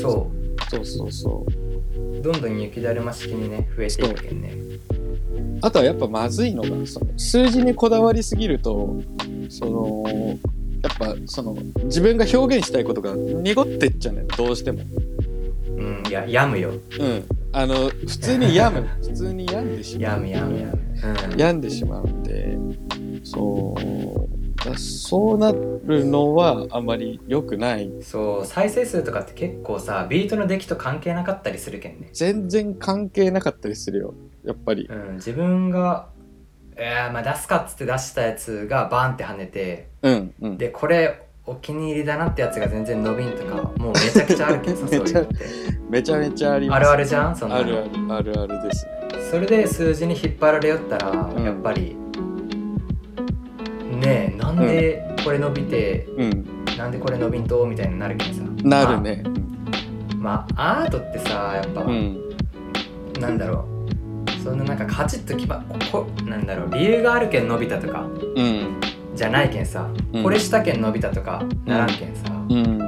[SPEAKER 2] そ
[SPEAKER 1] そうそうそう
[SPEAKER 2] うどんどん雪だるま式にね増えていくけんね
[SPEAKER 1] あとはやっぱまずいのがその数字にこだわりすぎるとそのやっぱその自分が表現したいことが濁ってっちゃうねどうしても
[SPEAKER 2] うんいや病むよ
[SPEAKER 1] うんあの普通に病 む普通に病んでしまう
[SPEAKER 2] 病む病む病む、うん、
[SPEAKER 1] 病んでしまうんでそうだそうなるのはあまり良くない
[SPEAKER 2] そう再生数とかって結構さビートの出来と関係なかったりするけんね、
[SPEAKER 1] 全然関係なかったりするよやっぱり
[SPEAKER 2] うん、自分がえー、まあ出すかっつって出したやつがバーンって跳ねて
[SPEAKER 1] うんうん
[SPEAKER 2] でこれお気に入りだなってやつが全然伸びんとかもう めちゃくちゃあるけどさそういうのって
[SPEAKER 1] めちゃめちゃあります
[SPEAKER 2] あるあるじゃんそんなの
[SPEAKER 1] あるあるあるあるですね
[SPEAKER 2] それで数字に引っ張られよったら、
[SPEAKER 1] ん
[SPEAKER 2] やっぱりねえなんでこれ伸びて、
[SPEAKER 1] うん
[SPEAKER 2] なんでこれ伸びんとみたいになるけどさ
[SPEAKER 1] なるね
[SPEAKER 2] まあ、まあアートってさやっぱ、
[SPEAKER 1] うん
[SPEAKER 2] なんだろうそんななんかカチッときまここなんだろう理由があるけん伸びたとか
[SPEAKER 1] うん
[SPEAKER 2] じゃないけんさ、
[SPEAKER 1] うん
[SPEAKER 2] これしたけん伸びたとかならんけんさ、
[SPEAKER 1] うん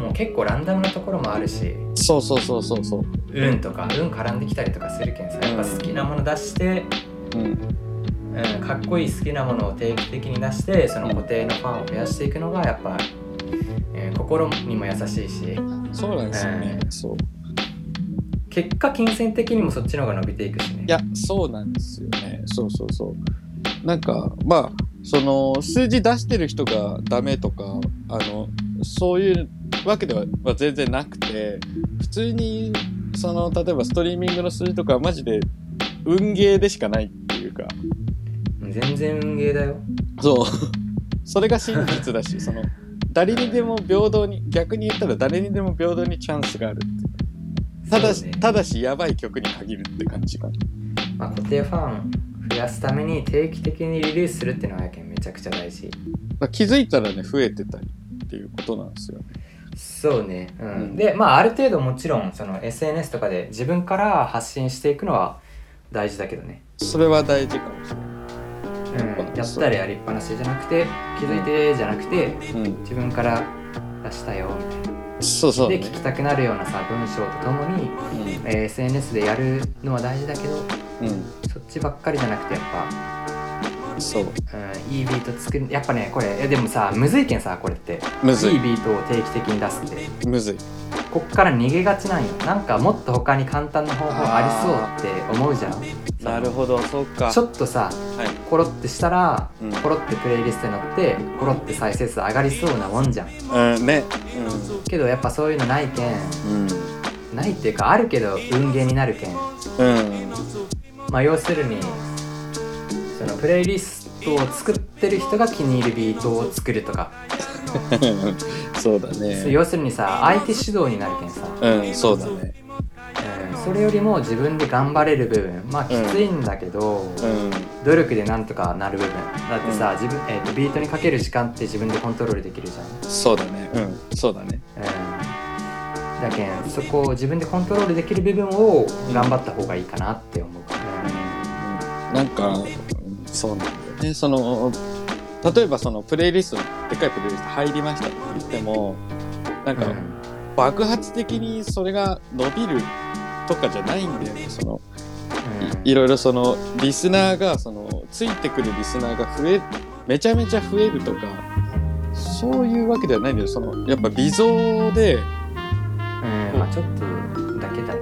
[SPEAKER 2] もう結構ランダムなところもあるし
[SPEAKER 1] そうそうそうそうそう
[SPEAKER 2] 運とか運絡んできたりとかするけんさやっぱ好きなもの出して、
[SPEAKER 1] うん
[SPEAKER 2] うん、かっこいい好きなものを定期的に出してその固定のファンを増やしていくのがやっぱ、えー心にも優しいし
[SPEAKER 1] そうなんですよね
[SPEAKER 2] う
[SPEAKER 1] そう
[SPEAKER 2] 結果金銭的にもそっちの方が伸びていくしね
[SPEAKER 1] いやそうなんですよねそうそうそうなんかまあその数字出してる人がダメとかあのそういうわけでは、まあ全然なくて普通にその例えばストリーミングの数字とかはマジで運ゲーでしかないっていうか
[SPEAKER 2] 全然運ゲーだよ
[SPEAKER 1] そうそれが真実だしその誰にでも平等に逆に言ったら誰にでも平等にチャンスがあるってただし、
[SPEAKER 2] そうね
[SPEAKER 1] ただしやばい曲に限るって感じかな
[SPEAKER 2] まあ、固定ファン増やすために定期的にリリースするっていうのはやけんめちゃくちゃ大事
[SPEAKER 1] まあ気づいたらね増えてたりっていうことなんですよね。
[SPEAKER 2] そうね、うん
[SPEAKER 1] うん
[SPEAKER 2] でまあある程度もちろんその SNS とかで自分から発信していくのは大事だけどね、
[SPEAKER 1] それは大事かもしれ
[SPEAKER 2] うん、やったらやりっぱなしじゃなくて気づいてじゃなくて
[SPEAKER 1] ない。うん、
[SPEAKER 2] 自分から出したよみたいな
[SPEAKER 1] そうそう、
[SPEAKER 2] で
[SPEAKER 1] ね
[SPEAKER 2] 聞きたくなるようなさ文章とともに、えー SNS でやるのは大事だけど
[SPEAKER 1] うん、う
[SPEAKER 2] そっちばっかりじゃなくてやっぱ、
[SPEAKER 1] ん、そう
[SPEAKER 2] うん、いいビート作るやっぱねこれいやでもさむずいけんさこれって
[SPEAKER 1] むず
[SPEAKER 2] いい
[SPEAKER 1] い
[SPEAKER 2] ビートを定期的に出すって
[SPEAKER 1] むずい
[SPEAKER 2] こっから逃げがちなんよなんかもっと他に簡単な方法ありそうって思うじゃん
[SPEAKER 1] なるほどそうか
[SPEAKER 2] ちょっとさ
[SPEAKER 1] はい
[SPEAKER 2] コロってしたら、
[SPEAKER 1] うん
[SPEAKER 2] コロってプレイリストに載ってコロって再生数上がりそうなもんじゃん
[SPEAKER 1] うんね
[SPEAKER 2] けどやっぱそういうのないけん
[SPEAKER 1] うん
[SPEAKER 2] ないっていうかあるけど運ゲーになるけん
[SPEAKER 1] うん、うん、
[SPEAKER 2] まあ要するにそのプレイリストを作ってる人が気に入るビートを作るとか、
[SPEAKER 1] そうだね
[SPEAKER 2] 要するにさ相手主導になるけんさ、
[SPEAKER 1] うんそうだね
[SPEAKER 2] うん、それよりも自分で頑張れる部分まあきついんだけど、
[SPEAKER 1] うん
[SPEAKER 2] 努力でなんとかなる部分だってさ、自分えーとビートにかける時間って自分でコントロールできるじゃん
[SPEAKER 1] そうだねうんそうだね
[SPEAKER 2] うんだけんそこを自分でコントロールできる部分を頑張った方がいいかなって思う、
[SPEAKER 1] うんなんかうんそうなんだよねその例えばそのプレイリストでっかいプレイリスト入りましたって言ってもなん
[SPEAKER 2] う
[SPEAKER 1] か
[SPEAKER 2] ん
[SPEAKER 1] 爆発的にそれが伸びるとかじゃないんだよねそのいいろいろそのリスナーがそのついてくるリスナーが増えめちゃめちゃ増えるとかそういうわけではないんだよそのやっぱ微増で、
[SPEAKER 2] うん、うんまあ、ちょっとだけだね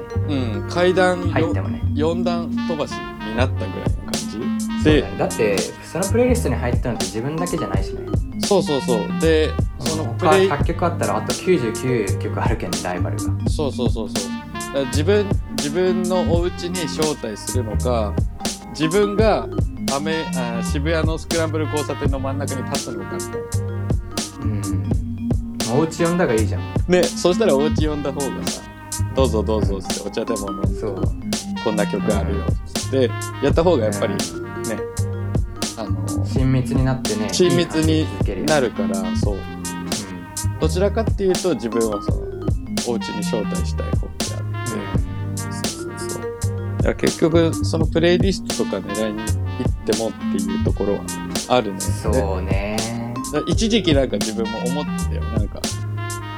[SPEAKER 1] うん、階段
[SPEAKER 2] 入ってもね
[SPEAKER 1] 4段飛ばしになったぐらいの感じ
[SPEAKER 2] そう
[SPEAKER 1] で
[SPEAKER 2] だねだってそのプレイリストに入ってたのって自分だけじゃないしね
[SPEAKER 1] そうそうそうでそのプ
[SPEAKER 2] 他
[SPEAKER 1] レイ
[SPEAKER 2] 100曲あったらあと99曲あるけんねライバルが
[SPEAKER 1] そうそうそうそうだから自分自分のお家に招待するのか自分がアメあ渋谷のスクランブル交差点の真ん中に立つのかみたいな
[SPEAKER 2] うんお家呼んだがいいじゃん
[SPEAKER 1] ねそしたらお家呼んだ方がさ「どうぞどうぞ」っつって「お茶でも飲んで
[SPEAKER 2] そう
[SPEAKER 1] こんな曲あるよ」っつってやった方がやっぱりねあの
[SPEAKER 2] 親密になってね
[SPEAKER 1] 親密にな
[SPEAKER 2] る、
[SPEAKER 1] るからそうどちらかっていうと自分はそのお家に招待したい方であって。そうそうそう。だから結局、そのプレイリストとか狙いに行ってもっていうところはあるね。
[SPEAKER 2] うん、そうね
[SPEAKER 1] で一時期なんか自分も思ってたよ。なんか、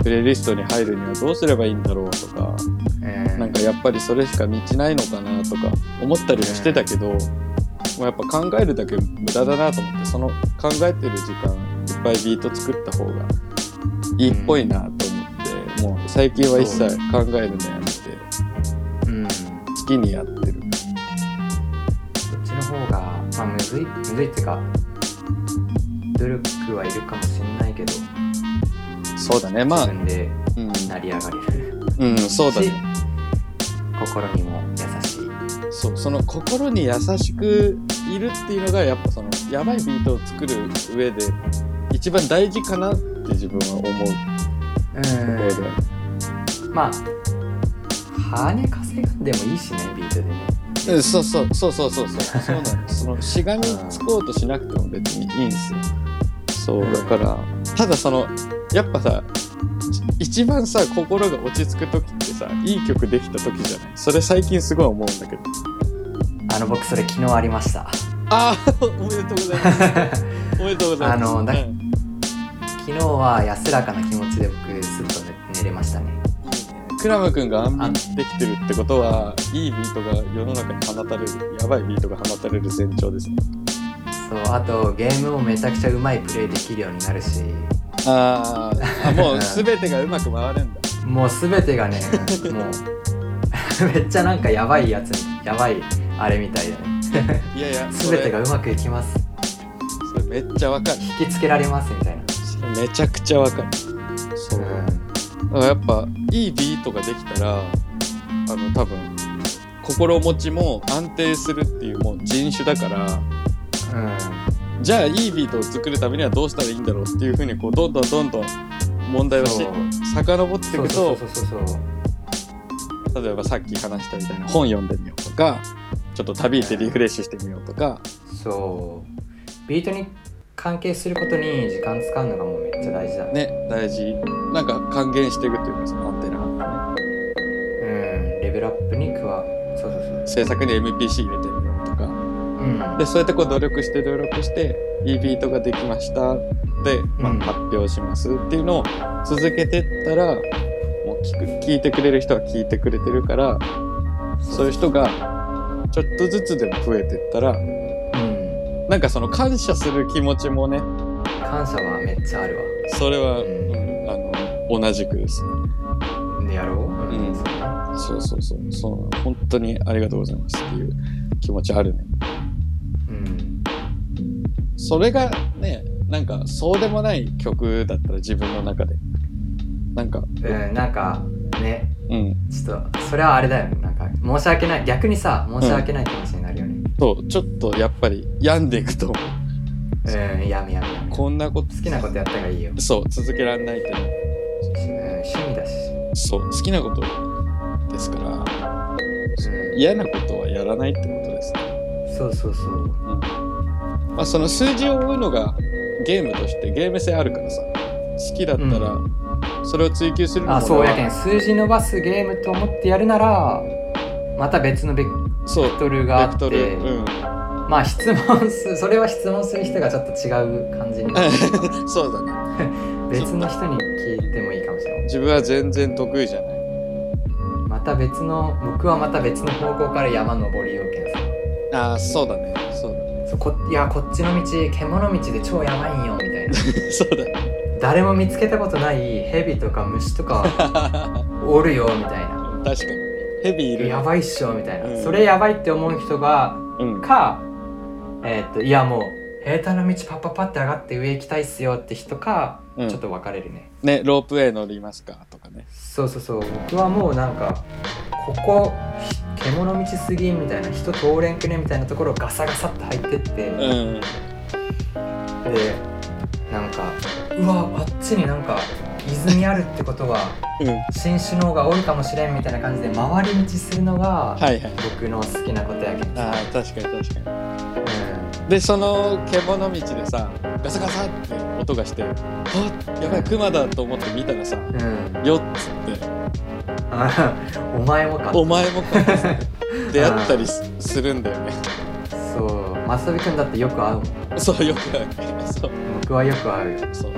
[SPEAKER 1] プレイリストに入るにはどうすればいいんだろうとか、
[SPEAKER 2] うん
[SPEAKER 1] なんかやっぱりそれしか道ないのかなとか思ったりはしてたけど、もうやっぱ考えるだけ無駄だなと思って、その考えてる時間、いっぱいビート作った方がいいっぽいなと思って、もう最近は一切考えるのやめて、
[SPEAKER 2] うん
[SPEAKER 1] 好きにやってる。
[SPEAKER 2] そっちの方が、まあ、むずいむずいっていうか努力はいるかもしれないけど
[SPEAKER 1] そうだね。まあ
[SPEAKER 2] 自、分で
[SPEAKER 1] うん、
[SPEAKER 2] 成り上がれる
[SPEAKER 1] うん、そうだ
[SPEAKER 2] し
[SPEAKER 1] ね。
[SPEAKER 2] 心にも優しい、
[SPEAKER 1] そう、その心に優しくいるっていうのが、やっぱその、やばいビートを作る上で、一番大事かなって自分は思うところで。
[SPEAKER 2] まあ金稼がんでもいいしねビートでね
[SPEAKER 1] うん、そうそう、そうそうそうそう。そうなの。その、しがみつこうとしなくても別にいいんすよ。そう、だから、ただその、やっぱさ、一番さ、心が落ち着く時ってさ、いい曲できた時じゃないそれ最近すごい思うんだけど。
[SPEAKER 2] あの僕それ昨日ありました
[SPEAKER 1] ああ、おめでとうございます。おめでとうございます。
[SPEAKER 2] あのだ
[SPEAKER 1] うん
[SPEAKER 2] 昨日は安らかな気持ちで僕すっと寝寝れましたね
[SPEAKER 1] クラム君が安眠できてるってことは、いいビートが世の中に放たれる、やばいビートが放たれる前兆ですね。
[SPEAKER 2] そうあとゲームもめちゃくちゃうまいプレイできるようになるし
[SPEAKER 1] あーあ、もう全てがうまく回るんだ。
[SPEAKER 2] もう全て がねもう めっちゃなんかやばいやつやばいあれみたいだね
[SPEAKER 1] いやいや、それ
[SPEAKER 2] 全てがうまくいきます
[SPEAKER 1] それめっちゃわかる。
[SPEAKER 2] 引きつけられますみたいな
[SPEAKER 1] それめちゃくちゃわかる。そうう。
[SPEAKER 2] ん
[SPEAKER 1] だからやっぱ、いいビートができたら、あの、多分、心持ちも安定するっていうもう人種だから、じゃあいいビートを作るためにはどうしたらいいんだろうっていうふうにこうどんどんどんどん問題
[SPEAKER 2] うん
[SPEAKER 1] をし
[SPEAKER 2] そう
[SPEAKER 1] 遡ってい
[SPEAKER 2] そう
[SPEAKER 1] く
[SPEAKER 2] そ
[SPEAKER 1] と
[SPEAKER 2] うそうそうそう
[SPEAKER 1] 例えばさっき話したみたいな本読んでみようとかちょっと旅行ってリフレッシュしてみようとか
[SPEAKER 2] そうビートに関係することに時間使うのがもうめっちゃ大事だね
[SPEAKER 1] ね大事なんか還元していくというかそのアンテナがね
[SPEAKER 2] うんレベルアップに加わそうそうそう
[SPEAKER 1] 制作に MPC 入れてみようとか
[SPEAKER 2] うん
[SPEAKER 1] でそうやってこう努力して努力していいビートができましたで、まあ
[SPEAKER 2] うん
[SPEAKER 1] 発表しますっていうのを続けてったら聞く聞いてくれる人は聞いてくれてるからそういう人がちょっとずつでも増えてったら
[SPEAKER 2] うん
[SPEAKER 1] なんかその感謝する気持ちもね
[SPEAKER 2] 感謝はめっちゃあるわ
[SPEAKER 1] それは、
[SPEAKER 2] うん
[SPEAKER 1] うんあの同じくですね
[SPEAKER 2] でやろう
[SPEAKER 1] うん
[SPEAKER 2] そうね
[SPEAKER 1] そうそうそうそう本当にありがとうございますっていう気持ちあるね
[SPEAKER 2] うん
[SPEAKER 1] それがねなんかそうでもない曲だったら自分の中でなんか
[SPEAKER 2] うんなんかね
[SPEAKER 1] うん
[SPEAKER 2] ちょっとそれはあれだよねなんか申し訳ない逆にさ申し訳ない気持ちになるよね
[SPEAKER 1] そうちょっとやっぱり病んでいくと
[SPEAKER 2] うん
[SPEAKER 1] う
[SPEAKER 2] やめやめやめ好
[SPEAKER 1] こんなこと
[SPEAKER 2] きなことやった方がいいよ、
[SPEAKER 1] そう続けられないってね
[SPEAKER 2] うん、趣味だし、
[SPEAKER 1] そう好きなことですから
[SPEAKER 2] うん、
[SPEAKER 1] 嫌なことはやらないってことですね、
[SPEAKER 2] そうそうそう
[SPEAKER 1] まあ、その数字を追うのがゲームとしてゲーム性あるからさ好きだったら
[SPEAKER 2] う
[SPEAKER 1] それを追求するのも
[SPEAKER 2] あ
[SPEAKER 1] 俺は
[SPEAKER 2] そうやけん数字伸ばすゲームと思ってやるならまた別のベク
[SPEAKER 1] そう
[SPEAKER 2] トルが
[SPEAKER 1] ベ
[SPEAKER 2] あ
[SPEAKER 1] ク
[SPEAKER 2] っ
[SPEAKER 1] ト
[SPEAKER 2] て、
[SPEAKER 1] ルうん
[SPEAKER 2] まあ質問す それは質問する人がちょっと違う感じに
[SPEAKER 1] そうだね
[SPEAKER 2] 別の人に聞いてもいいかもしれない
[SPEAKER 1] 自分は全然得意じゃない
[SPEAKER 2] また別の僕はまた別の方向から山登りようけんさ
[SPEAKER 1] ああそうだねそうだね
[SPEAKER 2] そうこいやこっちの道獣道で超やばいんよみ たいな
[SPEAKER 1] そうだね
[SPEAKER 2] 誰も見つけたことない蛇とか虫とかおるよみたいな
[SPEAKER 1] 確かにヘビいるね
[SPEAKER 2] やばいっしょみたいな、
[SPEAKER 1] うん
[SPEAKER 2] それやばいって思う人が
[SPEAKER 1] うん
[SPEAKER 2] か、えーっといやもう平坦な道パッパッパって上がって上行きたいっすよって人か、
[SPEAKER 1] うん
[SPEAKER 2] ちょっと分かれるね
[SPEAKER 1] ねロープウェイ乗りますかとかね
[SPEAKER 2] そうそうそう僕はもうなんかここひ獣道すぎみたいな人通れんくねみたいなところをガサガサって入ってって、
[SPEAKER 1] うん
[SPEAKER 2] でなんかうわあっちになんか泉あるってことは
[SPEAKER 1] うん
[SPEAKER 2] 新首脳がおるかもしれんみたいな感じで回り道するのが、
[SPEAKER 1] はいはい
[SPEAKER 2] 僕の好きなことやけど
[SPEAKER 1] ああ確かに確かにでその獣道でさガサガサって音がしてあやばいクマだと思って見たらさ
[SPEAKER 2] うん、うん、
[SPEAKER 1] よっつって
[SPEAKER 2] あお前もか
[SPEAKER 1] お前もかっつって出会ったりすするんだよね
[SPEAKER 2] そう、マストビ君だってよく会うもん。
[SPEAKER 1] そうよくあるそう
[SPEAKER 2] 僕はよく会う。
[SPEAKER 1] そう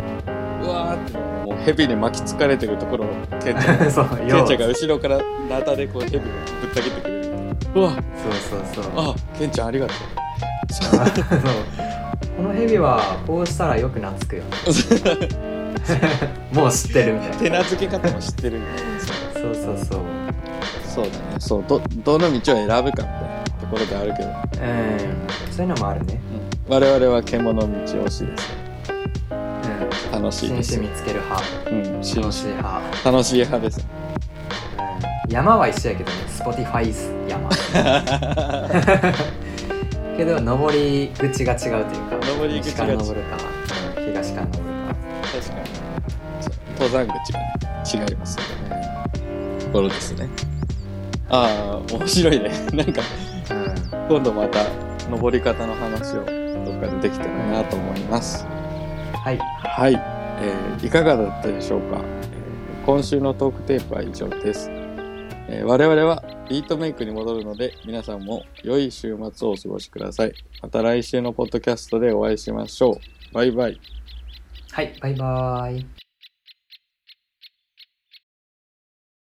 [SPEAKER 1] うわーってもうヘビに巻きつかれてるところをケンちゃん
[SPEAKER 2] そう、
[SPEAKER 1] ケ
[SPEAKER 2] よ
[SPEAKER 1] ンち
[SPEAKER 2] う。そ
[SPEAKER 1] ゃんが
[SPEAKER 2] う
[SPEAKER 1] 後ろからナタでこうヘビをぶった切ってくれるうわ
[SPEAKER 2] そうそう。
[SPEAKER 1] あケンちゃんありがとうそう
[SPEAKER 2] あ そうこのヘビはこうしたらよく 懐くよ。もう知ってるみたいな。
[SPEAKER 1] 手なずけ方も知ってるみたいな
[SPEAKER 2] そうそうそう。う
[SPEAKER 1] そうだねそうどどの道を選ぶかみたいなところであるけど、
[SPEAKER 2] ん。そういうのもあるね。
[SPEAKER 1] 我々は獣道推しですね
[SPEAKER 2] うん。
[SPEAKER 1] 楽しい
[SPEAKER 2] 新
[SPEAKER 1] で
[SPEAKER 2] 種
[SPEAKER 1] す
[SPEAKER 2] 見つける派、
[SPEAKER 1] うん新
[SPEAKER 2] 楽しい派。うん
[SPEAKER 1] 楽しい派 です
[SPEAKER 2] 山は一緒やけどね、スポティファイ 山。けど、登り口が違うというか、
[SPEAKER 1] 登り口
[SPEAKER 2] 西
[SPEAKER 1] が
[SPEAKER 2] か
[SPEAKER 1] 違
[SPEAKER 2] ら
[SPEAKER 1] う
[SPEAKER 2] 登るか、うん東から登
[SPEAKER 1] 確か
[SPEAKER 2] るか。
[SPEAKER 1] にそう登山口がね違いますよね
[SPEAKER 2] うん
[SPEAKER 1] ところですねああ面白いね なんか
[SPEAKER 2] う
[SPEAKER 1] 今度また登り方の話をどっかでできたらなと思います
[SPEAKER 2] ん、はい、
[SPEAKER 1] はい、えーいかがだったでしょうか、えー今週のトークテープは以上です、えー我々はビートメイクに戻るので皆さんも良い週末をお過ごしくださいまた来週のポッドキャストでお会いしましょうバイバイ
[SPEAKER 2] はい、バイバーイ。